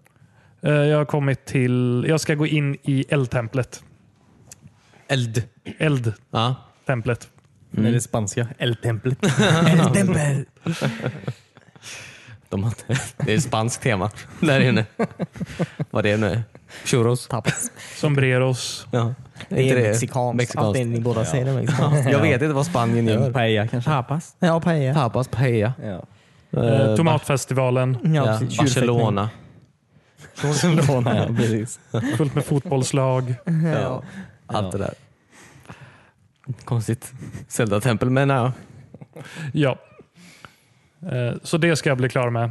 A: Eh, Jag har kommit till... Jag ska gå in i eldtemplet.
C: Eld.
A: Eldtemplet.
C: Ja.
B: Mm. Eller spanska. El Templet.
D: Tempel.
C: De har inte, det är spanskt tema där inne. Vad det nu är. Churros.
D: Tapas.
A: Sombreros.
C: Ja.
D: Det
C: Inte
D: är mexikanskt.
C: Mexikanskt.
D: Allt det ni båda säger är mexikanskt.
C: Jag vet inte vad Spanien gör.
B: Paella kanske.
D: Tapas. Ja, paella.
C: Tapas, paella.
B: Ja.
A: Eh,
C: Eh,
A: Tomatfestivalen.
D: Ja,
C: Ja,
D: precis.
C: Barcelona.
B: Barcelona, ja, precis.
A: Fullt med fotbollslag.
C: Ja. Allt det där. Konstigt. Zelda-tempel, men ja.
A: Ja. Eh, Så det ska jag bli klar med.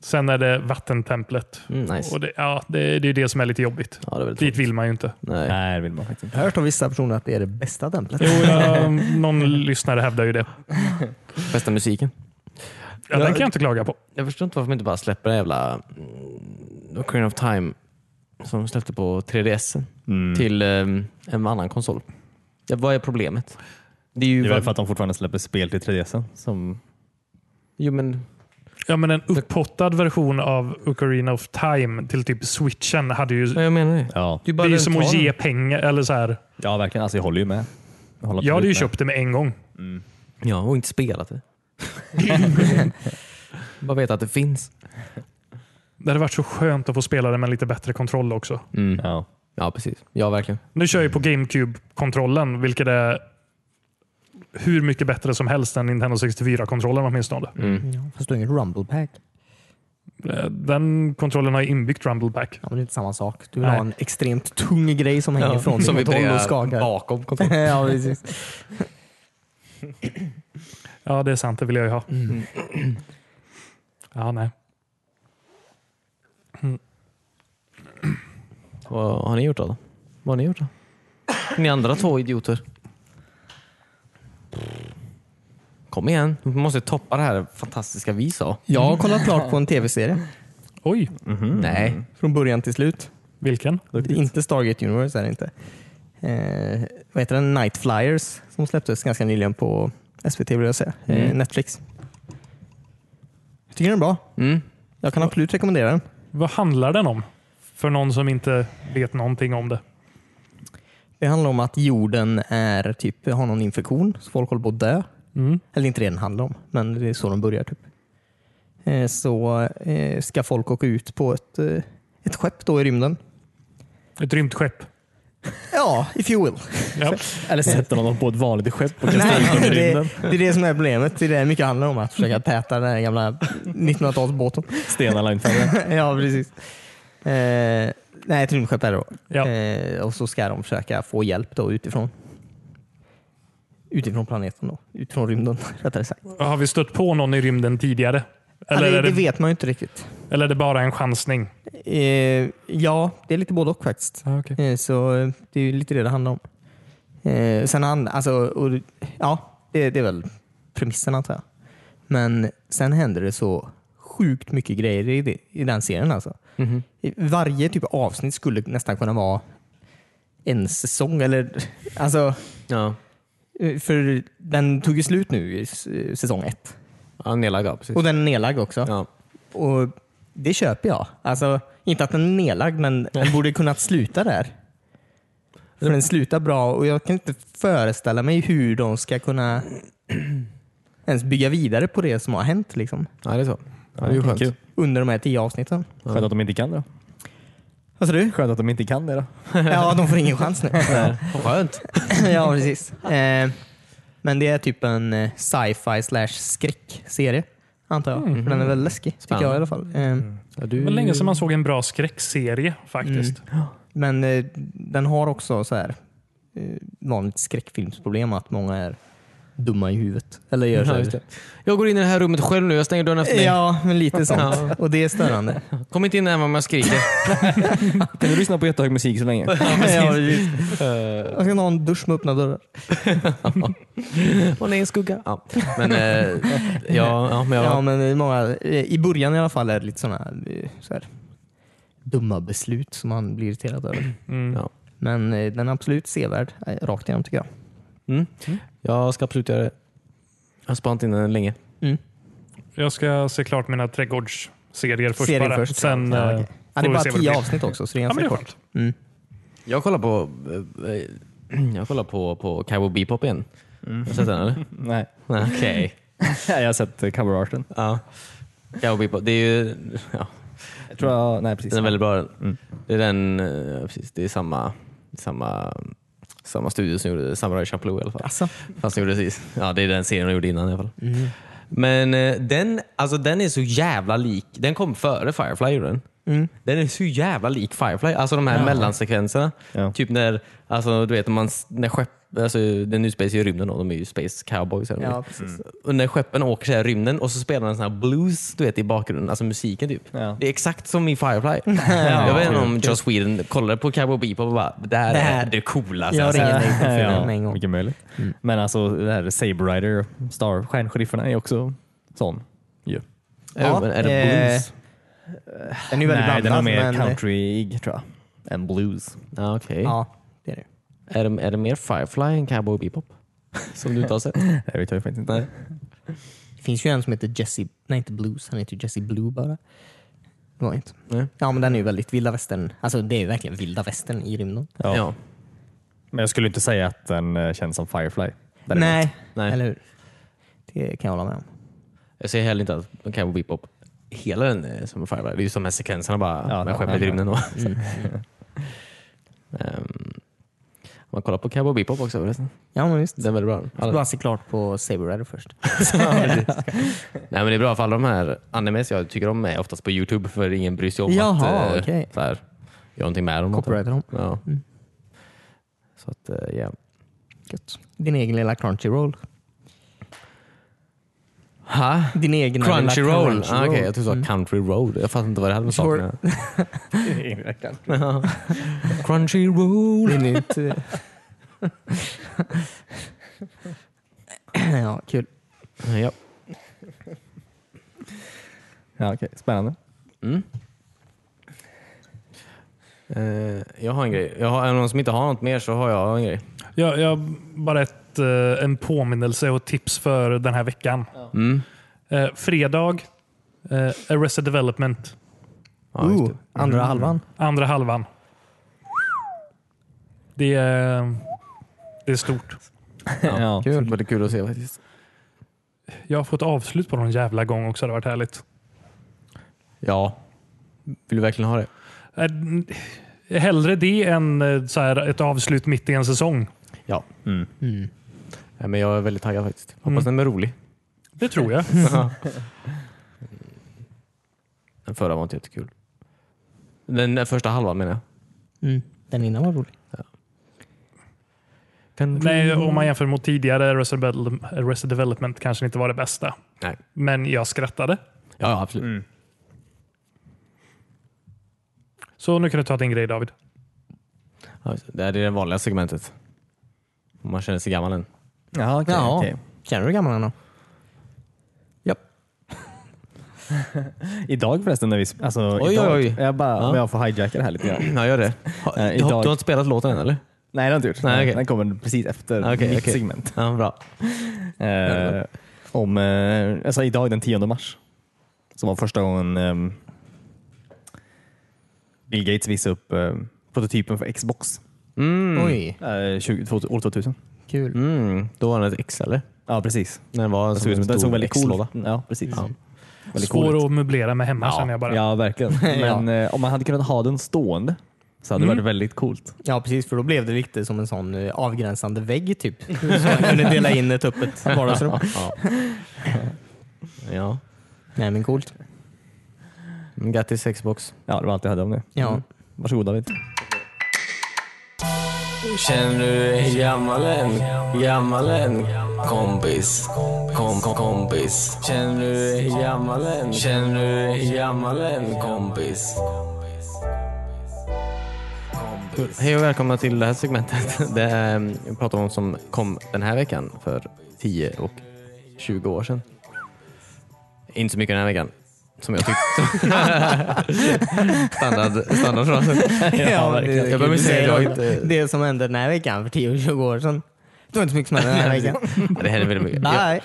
A: Sen är det vattentemplet.
C: Mm, nice.
A: Och det, ja, det, det är ju det som är lite jobbigt.
C: ja det är väl
A: Dit
C: tråkigt.
A: vill man ju inte.
C: Nej.
B: Nej, det vill man faktiskt inte.
D: Jag har hört av vissa personer att det är det bästa templet.
A: Jo, jag, någon lyssnare hävdar ju det.
C: Bästa musiken.
A: Ja, den kan jag inte klaga på.
C: Jag förstår inte varför man inte bara släpper den jävla mm, Ocarina of Time som de släppte på 3DS till ehm, en annan konsol. Ja, vad är problemet? Det är ju...
B: Det är väl för att de fortfarande släpper spel till 3DS. Som...
C: Jo, men...
A: Ja, men en upphottad version av Ocarina of Time till typ switchen hade ju...
C: Ja, jag menar det.
B: Ja.
C: är
A: Det är ju som att
C: den.
A: ge pengar. Eller så här.
B: ja, verkligen. Alltså, jag håller ju med. Jag, håller
A: Jag hade ju
B: absolut med.
A: köpt det med en gång.
C: Ja, och inte spelat det. Bara veta att det finns.
A: Det hade varit så skönt att få spela det med lite bättre kontroll också.
C: Mm.
B: Ja.
C: Ja, precis. Ja, verkligen.
A: Nu kör jag på GameCube-kontrollen, vilket är hur mycket bättre som helst än Nintendo 64-kontrollen åtminstone.
C: Mm.
D: Ja, Fast du har inget rumble pack.
A: Eh, Den kontrollen har ju inbyggt Rumble Pack.
D: Ja, men det är inte samma sak. Du vill
A: Nej.
D: ha en extremt tung grej som hänger från din
C: som
D: kontroll
C: vibrerar
D: och skakar.
C: bakom kontrollen.
D: ja, precis.
A: Ja, det är sant. Det vill jag ju ha.
D: Mm.
A: Ja, nej.
C: Vad har ni gjort då? Vad har ni gjort då? Ni andra två idioter. Kom igen. Vi måste toppa det här fantastiska vi sa.
D: Jag har kollat klart på en tv-serie.
A: Oj,
C: Nej.
D: Från början till slut.
A: vilken?
D: Inte Stargate Universe är det inte. Eh, vad heter den? Night Flyers som släpptes ganska nyligen på SVT vill jag säga. Eh, Netflix. Jag tycker den är bra.
C: Mm.
D: Jag kan absolut rekommendera den.
A: Vad handlar den om? För någon som inte vet någonting om det.
D: Det handlar om att jorden är typ, har någon infektion så folk håller på att dö.
A: Mm.
D: Eller inte det den handlar om, men det är så de börjar. typ. Eh, Så eh, ska folk åka ut på ett, eh, ett skepp då i rymden.
A: Ett rymdskepp.
D: Ja, if you will.
A: Ja.
B: Eller sätter de dem på ett vanligt skepp och kastar
D: Nej,
B: ut dem i
D: det,
B: rymden?
D: det är det som är problemet. Det är det mycket handlar om. Att försöka täta den här gamla 1900-talsbåten.
B: Stenar lär inte falla.
D: ja, precis. Eh, nej, ett rymdskepp är det då.
A: Ja.
D: Eh, och så ska de försöka få hjälp då utifrån. Utifrån planeten då. Utifrån rymden rättare sagt.
A: Har vi stött på någon i rymden tidigare? Eller,
D: Eller det,
A: är, det,
D: det vet man ju inte riktigt.
A: eller är det bara en chansning?
D: Eh, ja, det är lite både och faktiskt.
A: Ah, okay.
D: Eh, så eh, det är ju lite det det handlar om. Eh, sen han, alltså, och, ja, det, det är väl premissen antar jag. Men sen händer det så sjukt mycket grejer i, det, i den serien. Alltså.
C: Mhm.
D: I Varje typ av avsnitt skulle nästan kunna vara en säsong. Eller, alltså,
C: Ja.
D: eh, för den tog ju slut nu i s- eh, säsong ett.
C: ja nedlagd, ja, precis.
D: Och den är nedlagd också.
C: ja.
D: Och Det köper jag. Alltså, inte att den är nedlagd, men den borde kunnat sluta där. För den slutar bra och jag kan inte föreställa mig hur de ska kunna ens bygga vidare på det som har hänt liksom,
C: ja, det är så. Ja, det är ju skönt.
B: Kul.
D: under de här tio avsnitten.
B: Skönt att de inte kan det. då.
D: Vad sa du?
B: Skönt att de inte kan det. Då.
D: Ja, de får ingen chans nu.
C: Skönt.
D: ja, precis. Eh, men det är typ en eh, sci-fi slash skräckserie, antar jag. För den är väl läskig, tycker jag i alla fall. Eh,
C: Ja, du...
A: Det var länge sedan man såg en bra skräckserie
D: Mm.
A: faktiskt.
D: Men eh, den har också så här eh, vanligt skräckfilmsproblem att många är dumma i huvudet. Eller gör så
C: Ja, just
D: här.
C: det. Jag går in i det här rummet själv nu. Jag stänger dörren efter mig.
D: Ja, men lite
C: Ja.
D: sånt. Och det är störande.
C: Kom inte in närmare om jag skriker.
B: Kan du lyssna på jättehög musik så länge?
D: ja, precis.
A: Eh.
D: Jag ska ta en dusch med öppna dörrar.
C: Åh nej, en skugga. Ja. Men, eh, ja, ja, men jag,
D: Ja, men det är många, eh, I början i alla fall är det lite sådana så här, dumma beslut som man blir irriterad över.
A: Mm.
C: Ja.
D: Men eh, den är absolut sevärd eh, rakt igenom tycker jag.
C: Mm. Jag ska absolut göra det. Jag har spanat in den länge.
A: Jag ska se klart mina trädgårdsserier först.
D: Serien
A: bara.
D: först.
A: Sen,
D: ja,
A: eh,
D: okej.
A: får
D: ja, det är
A: vi
D: bara
A: se vad det
D: tio
A: blir.
D: avsnitt också, så det är
A: ja, men
D: ganska
A: det är
D: kort.
A: skönt.
C: Jag kollar på eh, eh, jag kollar på, på Cowboy Bebop igen. Har du sett den eller?
B: Nej.
C: Nej, Okej.
B: Jag har sett eh, coverarten.
C: Ja. Cowboy Bebop, det är ju... Ja,
B: Jag tror jag... Nej, precis.
C: den är väldigt bra. Det är den... eh, Precis, det är samma, samma, samma studio som gjorde Samurai Champloo i alla fall.
D: Alltså,
C: Fast de gjorde precis. Ja, det är den serien de gjorde innan i alla fall. Men eh, den, alltså, den är så jävla lik. Den kom före Firefly gjorde den. Den är så jävla lik Firefly. Alltså de här mellansekvenserna.
B: Ja.
C: Typ när, alltså, du vet, när, man, när skepp, alltså, den utspelar sig i rymden då. De är ju space cowboys. eller
D: ja,
C: vad
D: precis.
C: och när skeppen åker så här i rymden och så spelar den sån här blues du vet, i bakgrunden, alltså musiken typ.
B: Ja.
C: Det är exakt som i Firefly. jag vet inte om Joss Sweden kollade på Cowboy Bebop och bara “det här är det coolaste”.
D: Jag
C: alltså."
D: ringer dig på
B: Ja,
D: filmen med en gång.
B: Mycket möjligt. Men alltså det här Saber Rider, Star, Stjärnsherifferna är också sån. ju.
C: Ja, men är det
D: eh,
C: blues?
D: Den är ju väldigt
B: Nej, den är
D: blandad.
B: mer
D: men, eh,
B: countryig tror jag. Än blues.
C: Ja, okej.
D: Ja, det är det.
C: Är, det, är det mer Firefly än Cowboy Bebop? Som du inte har sett?
B: Det vet jag faktiskt inte.
C: Nej.
D: Det finns ju en som heter Jesse, nej inte Blues, han heter Jesse Blue bara. Det var inte.
C: Nej.
D: Ja men den är ju väldigt vilda västern. Alltså det är ju verkligen vilda västern i rymden.
B: Ja.
C: Ja.
B: Men jag skulle inte säga att den eh, känns som Firefly. Däremot.
D: Nej.
C: Nej.
D: eller hur? Det kan jag hålla med om.
C: Jag ser heller inte att Cowboy Bebop, hela den är som Firefly. Det är ju som här sekvenserna bara
B: Ja,
C: med
B: ja,
C: skeppet i
B: ja. Mm.
C: rymden. Och, Ehm, om man kollar på Cowboy Bebop också förresten.
D: Ja men visst.
C: Den är väldigt bra.
D: Du
C: Alla-
D: bara se klart på Saber Rider först.
C: Nej men det är bra för alla de här animes jag tycker om är oftast på Youtube för ingen bryr sig om
D: Jaha,
C: att eh,
D: okej.
C: så här, göra någonting med dem.
D: Copyrightar dem.
C: Ja. Så att, eh, ja.
D: Gött. Din egen lilla Crunchyroll.
C: Ha?
D: Din egen
C: Crunchyroll?
D: lilla
C: Ah, Okej, jag trodde du sa Country Road. Jag fattar inte vad det hade med
D: Mm. Sure.
C: saken att göra. Crunchyroll.
D: Det är nytt. eh. ja, kul.
C: Ja.
B: Ja, okej. Spännande.
C: Mm. Eh, jag har en grej. Jag har, är det någon som inte har något mer så har jag en grej.
A: Jag, jag bara ett, eh, en påminnelse och tips för den här veckan. Eh, fredag, eh, Arrested Development,
C: Ja, just
D: Ooh,
C: det.
D: andra halvan.
A: andra halvan. Det är, det är stort.
B: Ja.
C: Kul. Var det kul att se faktiskt.
A: Jag har fått avslut på någon jävla gång också. Det har varit härligt.
C: Ja. Vill du verkligen ha det?
A: Eh, n- Hellre det än eh, så här, ett avslut mitt i en säsong.
C: Ja. Mm.
D: Mm.
C: Nej, men jag är väldigt taggad faktiskt.
B: Mm.
C: Hoppas den blir rolig.
A: Det tror jag.
C: Den förra var inte jättekul. Den första halvan menar jag.
D: Mm. Den innan var rolig.
A: Nej, om man jämför mot tidigare Arrested Development- Arrested Development kanske inte var det bästa.
C: Nej.
A: Men jag skrattade.
C: Ja, absolut.
B: Mm.
A: Så nu kan du ta din grej David.
C: Ja, just Det det är det vanliga segmentet. Om man känner sig gammal än.
B: Jaha, okej.
D: Jaha.
B: okej.
D: Känner du hur gammal han är?
B: Idag förresten, när vi, sp- alltså,
C: Oj,
B: idag,
C: oj, oj.
B: Jag bara,
C: Ja.
B: om jag får hijacka det här lite grann.
C: Ja, gör det. Ha,
B: Eh,
C: du, har,
B: idag-
C: du har inte spelat låten än eller?
B: Nej, det har jag inte gjort.
C: Nej, okej.
B: Den kommer precis efter
C: Okej,
B: mitt
C: okej.
B: segment.
C: Ja, bra.
B: Eh, om, eh, alltså idag den 10 mars, som var första gången ehm, Bill Gates visade upp eh, prototypen för Xbox
D: Oj,
B: eh, 20, 2000, år 2000.
D: kul.
C: Mm, då var den ett X eller?
B: Ja, precis.
C: När den var
B: Den
C: som
B: såg,
C: en
B: ut som- den
C: stor
B: såg väldigt cool
C: X-låda.
B: ut. Ja, precis.
C: Ja.
B: Väldigt
A: Svår
B: cool ut.
A: att möblera med hemma känner jag bara.
B: Ja, verkligen. Men eh, om man hade kunnat ha den stående så hade det varit väldigt coolt.
D: Ja precis, för då blev det lite som en sån eh, avgränsande vägg typ. Så man kunde dela in ett öppet vardagsrum.
C: Ja.
D: Nej men coolt.
C: Mm, Grattis Xbox.
B: Ja, det var allt jag hade om det.
C: Mm.
D: Ja.
B: Varsågod David.
F: Känner du dig gammal än? Gammal än? Kompis. Kom, kom, kompis. Känner du dig gammal än? Känner du dig gammal än? Kompis.
C: Hej och välkomna till det här segmentet. Det är, mm, vi pratar om vad som kom den här veckan för 10 och 20 år sedan. Inte så mycket den här veckan. Som jag tyckte. Standard, standardfrasen.
D: Ja, det,
C: Jag behöver inte säga det, jag har inte-
D: det som hände den här veckan för 10-20 år sedan. Det var inte så mycket som hände den här veckan.
C: Det här är väldigt mycket. Jag,
D: Nej.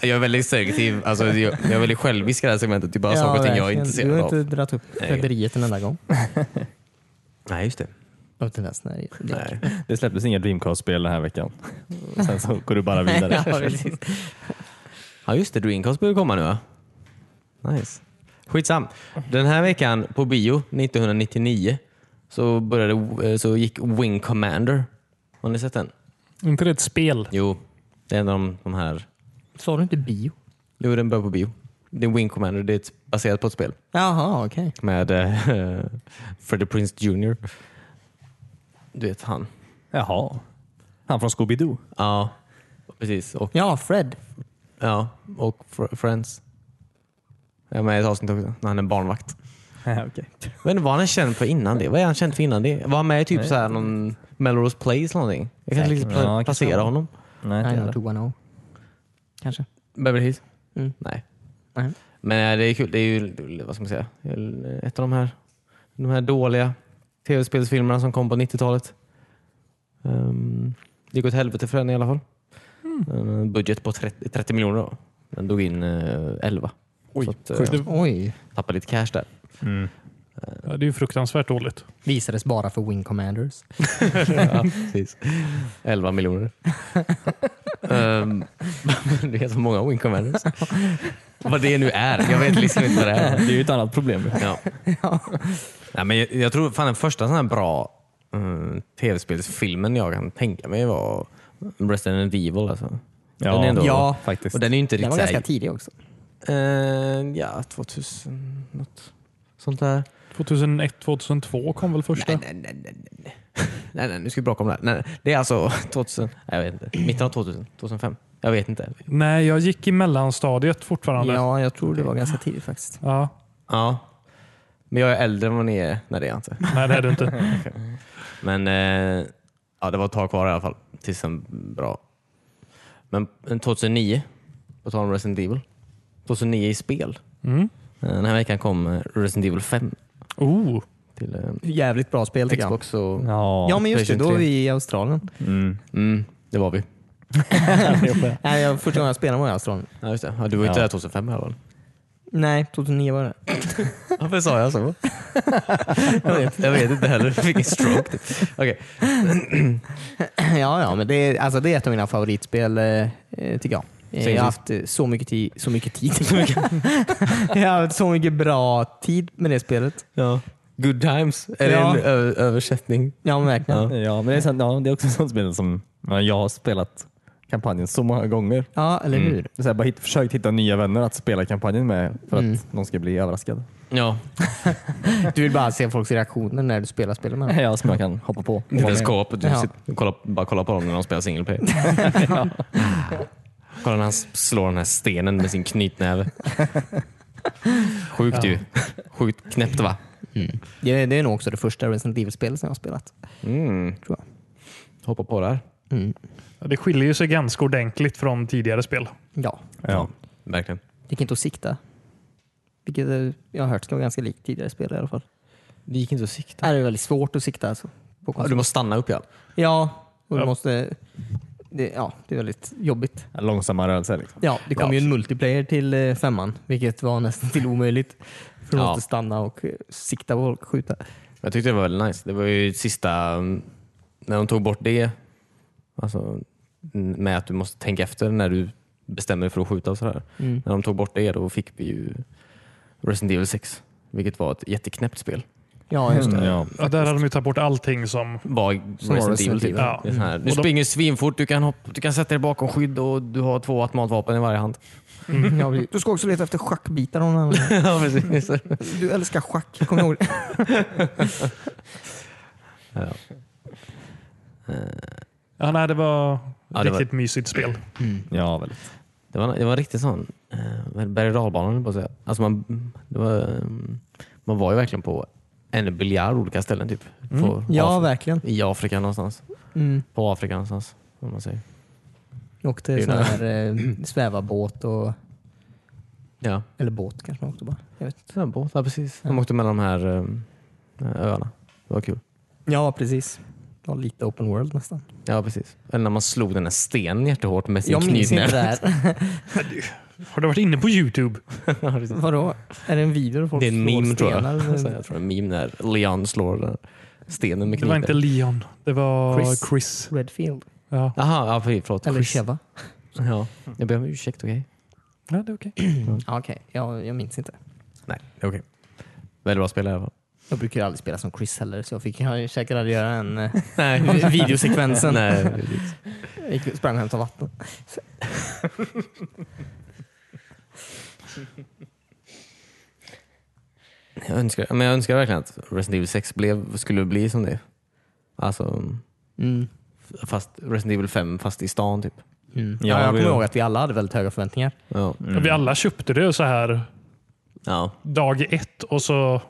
C: jag är väldigt selektiv. Alltså, jag, jag är väldigt självisk i det här segmentet. Det är bara saker och ting jag är
D: verkligen.
C: intresserad
D: Du har
C: av.
D: inte dragit upp
C: Nej.
D: rederiet en enda gång.
C: Nej, just det.
D: Upp till nästa. Nej.
C: Nej.
B: Det släpptes inga Dreamcast-spel den här veckan. Sen så går du bara vidare.
D: Ja, precis.
C: Ja, just det. Dreamcast börjar komma nu va? Nice. Skitsam. Den här veckan på bio 1999 så, började, eh, så gick Wing Commander. Har ni sett den?
A: Inte det ett spel?
C: Jo, det är en av de, de här.
D: Sa du inte bio?
C: Jo, den börjar på bio. Det är Wing Commander. Det är ett, baserat på ett spel
D: Jaha, okej.
C: med eh, Freddie Prince Jr. Du vet han.
B: Jaha. Han från Scooby-Doo.
C: Ja, precis. Och,
D: Ja, Fred.
C: ja, och fr- Friends. Jag är med i ett avsnitt också när han är barnvakt.
B: okay.
C: Jag vet inte vad han är känd för innan det. Vad är han känd för innan det? Var han med i typ så här någon Melrose Place eller någonting? Jag kan inte
D: Säkert.
C: riktigt pla-
B: Ja, kanske
C: placera
B: han-
C: honom.
B: Nej,
D: I
B: inte
D: know
B: heller.
D: who I know. Kanske.
C: Beverly Hills?
D: Mm.
C: Nej.
D: Nej.
C: Men eh, det är kul. Det är ju, vad ska man säga, ett av de här, de här dåliga tv-spelsfilmerna som kom på 90-talet. Ehm, det gick åt helvete för den i alla fall. En eh, budget på 30, 30 miljoner då. Den dog in eh, 11. Oj, så att, eh,
D: Oj.
C: tappade lite cash där.
B: Mm.
A: Ja, det är ju fruktansvärt dåligt.
D: Visades bara för Wing Commanders.
C: ja, precis. 11 miljoner. um, det är så många Wing Commanders. vad det nu är. Jag vet liksom inte vad det
B: Det
C: är.
B: är ju ett annat problem.
C: Ja. Nej, men jag, jag tror fan den första sån här bra mm, tv-spelsfilmen jag kan tänka mig var Resident Evil. Alltså. Den är ändå,
D: Ja.
B: faktiskt.
C: Och den är ju inte
D: Den
C: riktigt
D: var ganska
C: såhär...
D: tidig också.
C: Eh, ja, 2000 något sånt där.
A: 2001, 2002 kom väl första?
C: Nej, nej, nej, nej, nej. nej, nej, nu ska vi bråka om det här. Nej, nej. Det är alltså 2000, nej, jag vet inte. mitten av 2000, 2005. Jag vet inte.
A: Nej, jag gick i mellanstadiet fortfarande. Ja.
D: Ja, jag tror det var ganska tidigt faktiskt.
C: Ja. Men jag är äldre än vad ni är. Nej, det är jag inte.
A: nej det är det inte.
C: Men eh, ja, det var ett tag kvar i alla fall tills den bra. Men 2009, på tal om Resident Evil. 2009 i spel.
A: Mm.
C: Eh, Den här veckan kom eh, Resident Evil 5
A: Oh,
C: till eh,
D: Jävligt bra spel tycker jag.
C: Xbox och...
B: Ja.
D: Ja, men just det. Då
C: Playstation
D: var
C: 3.
D: vi i Australien.
B: Mm.
C: Mm, det var vi.
D: Nej, jag, första gången jag spelade var i Australien.
C: Ja, just det. Ja, du var ju inte
B: Ja.
C: där 2005 i alla fall.
D: Nej, 2009 var det.
C: Varför sa jag så? jag, vet, jag vet inte heller. Jag fick en stroke. typ. Okej.
D: Ja, ja, men det är, alltså, det är ett av mina favoritspel eh, eh, tycker jag. Eh, Jag har haft eh, så mycket tid, så mycket tid. jag har haft så mycket bra tid med det spelet.
C: Ja. Good times. Är
D: Ja.
C: det en ö- översättning?
D: Ja, men verkligen.
B: Ja, men det är, sant, ja, det är också ett sånt spel som ja, jag har spelat kampanjen så många gånger.
D: Ja, eller hur?
B: Så här, bara hit, försökt hitta nya vänner att spela kampanjen med för att någon ska bli överraskad.
C: Ja,
D: Du vill bara se folks reaktioner när du spelar spelen med dem.
B: Ja, som jag kan hoppa på.
C: det där skåpet. Du
D: Ja.
C: sitter, kollar, bara kollar på dem när de spelar single player. Kolla när han slår den här stenen med sin knytnäve. Sjukt ju. Sjukt knäppt va?
D: Det är, det är nog också det första Resident Evil-spelet som jag har spelat.
C: Mm.
D: Tror jag.
C: Hoppa på där.
D: Mm.
A: Det skiljer ju sig ganska ordentligt från tidigare spel.
D: Ja,
B: Ja.
C: Verkligen.
D: det gick inte att sikta. Vilket eh, jag har hört ska vara ganska likt tidigare spel i alla fall.
C: Det gick inte att sikta.
D: Här är det väldigt svårt att sikta alltså. På
C: Ja,
D: konsol.
C: du måste stanna upp ja.
D: Ja, och du
A: Ja.
D: måste... Det, ja, det är väldigt jobbigt.
B: Långsamma rörelser. Liksom.
D: Ja, det kom
B: Ja.
D: ju en multiplayer till eh, femman, vilket var nästan till omöjligt. För du
C: Ja.
D: måste stanna och eh, sikta på folk och skjuta.
C: Jag tyckte det var väldigt nice. Det var ju sista, mm, när de tog bort det, alltså mm, med att du måste tänka efter när du bestämmer dig för att skjuta och sådär.
D: Mm.
C: När de tog bort det då fick vi ju Resident Evil 6, vilket var ett jätteknäppt spel.
D: Ja, just det.
C: Mm,
B: Ja.
A: Ja, där hade de ju tagit bort allting som...
C: Var Resident Evil
D: Resident
C: typ.
D: Evil.
A: Ja.
C: Det är sån här, du
A: Och de-
C: springer svinfort, du kan, hoppa, du kan sätta dig bakom skydd och du har två automatvapen i varje hand.
D: Ja, precis. du ska också leta efter schackbitar. Om någon annan.
C: ja, precis.
D: Du älskar schack, kom ihåg det.
A: Ja, nej, det var
C: Ja, det var-
A: riktigt mysigt spel.
B: ja, väldigt.
C: Det var, det var riktigt sån eh, berg och dalbana, på att säga. Alltså man, det var, eh, man var ju verkligen på en biljard olika ställen. Typ. På
D: Ja,
C: Af-
D: verkligen.
C: I Afrika någonstans.
D: Mm.
C: På Afrika någonstans. Om man säger.
D: Och det
C: Det
D: är
C: är
D: sån här eh, svävarbåt och...
C: Ja,
D: Eller båt kanske man åkte bara. Jag vet. inte.
C: Så en båt. Ja, precis. De åkte mellan de här eh, öarna. Det var kul.
D: Ja, precis. Ja, lite open world nästan.
C: Ja, precis. Eller när man slog den här stenen jättehårt med sin
D: Jag minns inte
C: knytnäve.
D: det här.
A: Har du varit inne på Youtube?
C: Ja, precis.
D: Vadå? Är det en video där folk
C: det är en
D: slår
C: meme tror jag.
D: stenar?
C: Alltså, jag tror det är en meme när Leon slår den här stenen med
A: Det var inte
C: kniven.
A: Leon. Det var
D: Chris.
A: Chris.
D: Redfield?
A: Ja.
C: Jaha, ja, förlåt.
D: Eller
C: Chris.
D: Cheva?
C: Ja. Jag ber om ursäkt, okej?
A: ja, det är okej.
D: Ja, Okej, ja, jag minns inte.
C: Nej, okej. Väldigt bra spel i alla fall.
D: Jag brukar ju aldrig spela som Chris heller så jag fick jag säkert aldrig göra en... eh,
C: Nej,
D: videosekvensen.
C: Nej,
D: Jag gick och sprang och hämtade vatten. Så-
C: jag önskar, men jag önskar verkligen att Resident Evil 6 blev, skulle bli som det. Alltså,
D: Mm.
C: fast Resident Evil 5 fast i stan typ.
D: Mm.
B: Ja,
D: Ja, jag
B: vi-
D: kommer ihåg att vi alla hade väldigt höga förväntningar.
C: Ja.
A: Vi alla köpte det så här
C: ja.
A: dag ett och så...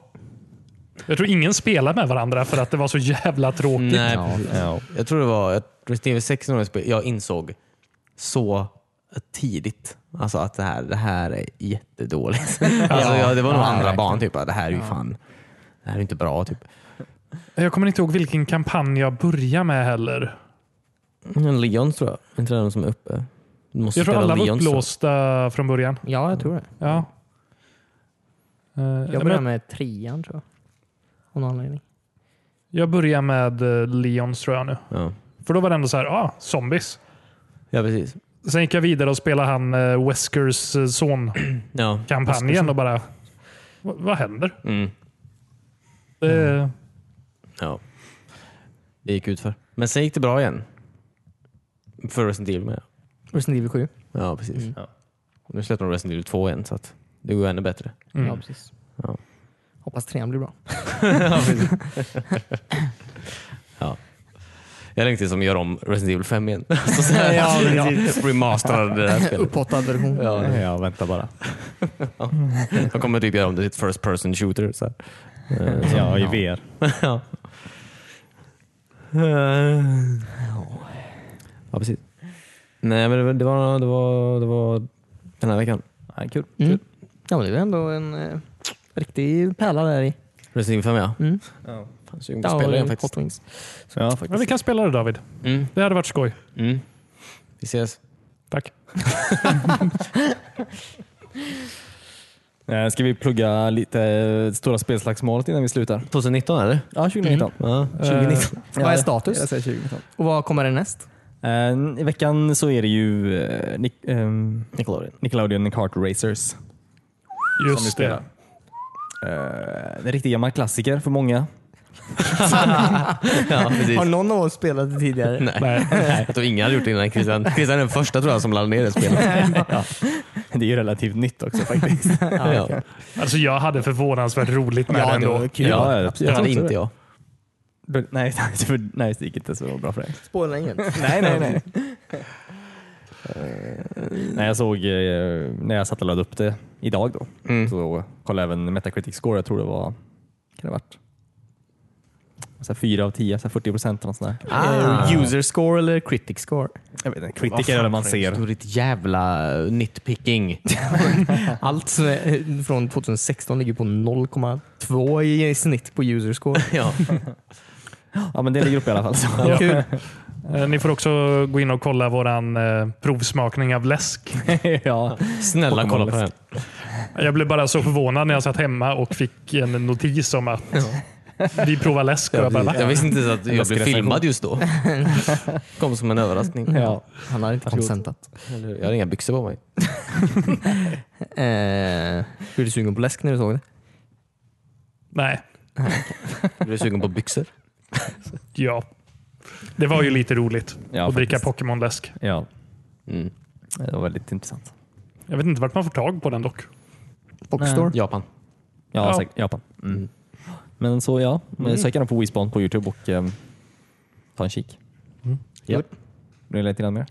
A: Jag tror ingen spelar med varandra för att det var så jävla tråkigt.
C: Nej,
D: Ja.
C: precis.
B: Ja.
C: Jag tror det var att Resident Evil 6 när jag spelade, jag insåg så tidigt alltså att det här, det här är jättedåligt. Alltså,
D: Ja.
C: jag, det var nog
D: Ja,
C: andra
D: verkligen.
C: barn typ. bara, Det här är ju fan, det här är inte bra typ.
A: Jag kommer inte ihåg vilken kampanj jag började med heller.
C: Men Leon tror jag, inte den som är uppe. Du måste
A: Jag tror
C: spela
A: alla var
C: Leon, tror jag.
A: uppblåsta från början.
D: Ja, jag tror det.
A: Ja. Eh, men
D: Jag började med trean tror jag. Av någon anledning.
A: jag börjar med eh, Leons tror jag nu.
C: Ja.
A: För då var det ändå så här, ah, zombies.
C: ja, precis.
A: Sen gick jag vidare och spelade han eh, Weskers eh,
C: Ja.
A: son-kampanjen och bara, "Va- vad händer?
C: Mm.
A: Det,
C: Ja. Det gick ut för. Men sen gick det bra igen. För Resident Evil med.
D: Resident Evil 7.
C: Ja, precis.
D: Mm.
C: Ja. Och Nu släppte de Resident Evil 2 igen, så att det går ännu bättre.
A: Mm.
D: Ja, precis.
C: Ja.
D: Hoppas trean blir bra.
C: ja, precis. ja. Jag längtar tills de gör om Resident Evil 5 igen. Alltså, så här,
D: Ja, precis.
C: Remasterade det där spelet.
D: Upphottad version.
C: Ja.
B: Ja, vänta bara.
C: De kommer typ göra om det till ett first person shooter. Så här. Eh, så-
B: Ja, i VR.
C: ja. ja, precis. Nej, men det var, det var, det var, det var den här veckan.
B: Ja, kul.
D: Mm. Ja, men det är ändå en eh, riktig pärla där i.
C: Resident Evil 5 ja.
D: Mm.
C: Fan, sugen på
D: Ja,
C: att spela den
D: och
C: faktiskt.
D: Hot Wings.
B: Ja,
A: men
B: faktiskt.
A: vi kan spela det David.
C: Mm.
A: Det hade varit skoj.
C: Mm. Vi ses.
A: Tack.
B: Eh, Ska vi plugga lite eh, stora spelslagsmålet innan vi slutar?
C: 2019 eller?
B: Mm. Ja, 2019.
C: Ja.
A: 2019.
D: Vad är status?
B: Jag säger 2019.
D: Och vad kommer det näst?
B: Eh, I veckan så är det ju eh, Nic- ehm,
C: Nickelodeon.
B: Nickelodeon Kart Racers.
A: Just det.
B: Eh, en riktig gammal klassiker för många.
C: ja, precis.
D: Har någon av oss spelat det tidigare?
C: Nej.
A: Nej.
C: Jag tror ingen hade gjort det innan Christian. Christian är den första tror jag som laddade ner det spelet.
B: Det är ju relativt nytt också faktiskt.
C: Ja.
A: Alltså jag hade förvånansvärt roligt med det ändå.
B: kul. Ja, ja,
C: det hade
B: absolut.
C: inte jag.
B: nej, för, nej, det gick inte så bra för dig.
D: Spoila inget.
B: Nej, nej, nej. Nej, jag såg eh, när jag satt och laddade upp det idag då.
C: Mm.
B: Så kollade jag även Metacritic score. Jag tror det var, kan det ha varit? Så här 4 av 10, så här 40 procent eller något sånt där.
C: Ah.
D: User score eller critic score?
B: Jag vet inte, kritiker eller man ser.
C: Står ditt jävla eh, nitpicking.
D: Allt som är eh, från 2016 ligger på 0,2 i snitt på user score.
C: ja.
B: Ja, men det ligger uppe i alla fall. Så.
A: Ja.
D: Kul.
A: Eh, Ni får också gå in och kolla våran eh, provsmakning av läsk.
B: ja.
C: Snälla kolla på den.
A: Jag blev bara så förvånad när jag satt hemma och fick en notis om att vi provar läsk. Och jag bara, va?
C: Jag visste inte ens att jag blev
B: läskig
C: filmad just då. Kom som en överraskning.
B: Ja.
D: Han har inte konsentat.
C: Eller, Jag hade inga byxor på mig.
D: Eh, blev du sugen på läsk när du såg det?
A: Nej,
C: Jag blev sugen på byxor.
A: ja. Det var ju lite roligt
B: Ja,
A: att dricka
B: faktiskt.
A: Pokémon-läsk.
B: ja,
C: Mm.
B: det var väldigt intressant.
A: Jag vet inte vart man får tag på den dock.
D: Bookstore?
C: Japan.
B: Ja,
A: Ja.
B: säkert. Japan. Mm. Men så ja, Eh, sök gärna på Wisbon på Youtube och eh, ta en kik. Ja. Vill du lägga till något mer?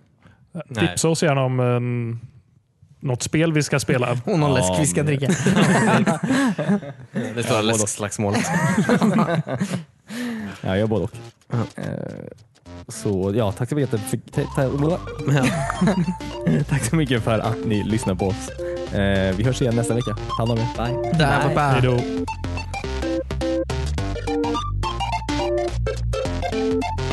C: Nej.
A: Tipsa oss gärna om um, något spel vi ska spela.
D: Och någon
B: Ja,
D: läsk vi ska
B: men-
D: dricka.
C: Det stora läskslagsmålet.
B: Ja, jag gör både och. Eh, Så ja, tack så mycket för, ta- ta- tack så mycket för att ni lyssnar på oss. Eh, Vi hörs igen nästa vecka. Ta hand om er. Bye.
D: Där, pappa.
A: Hej då.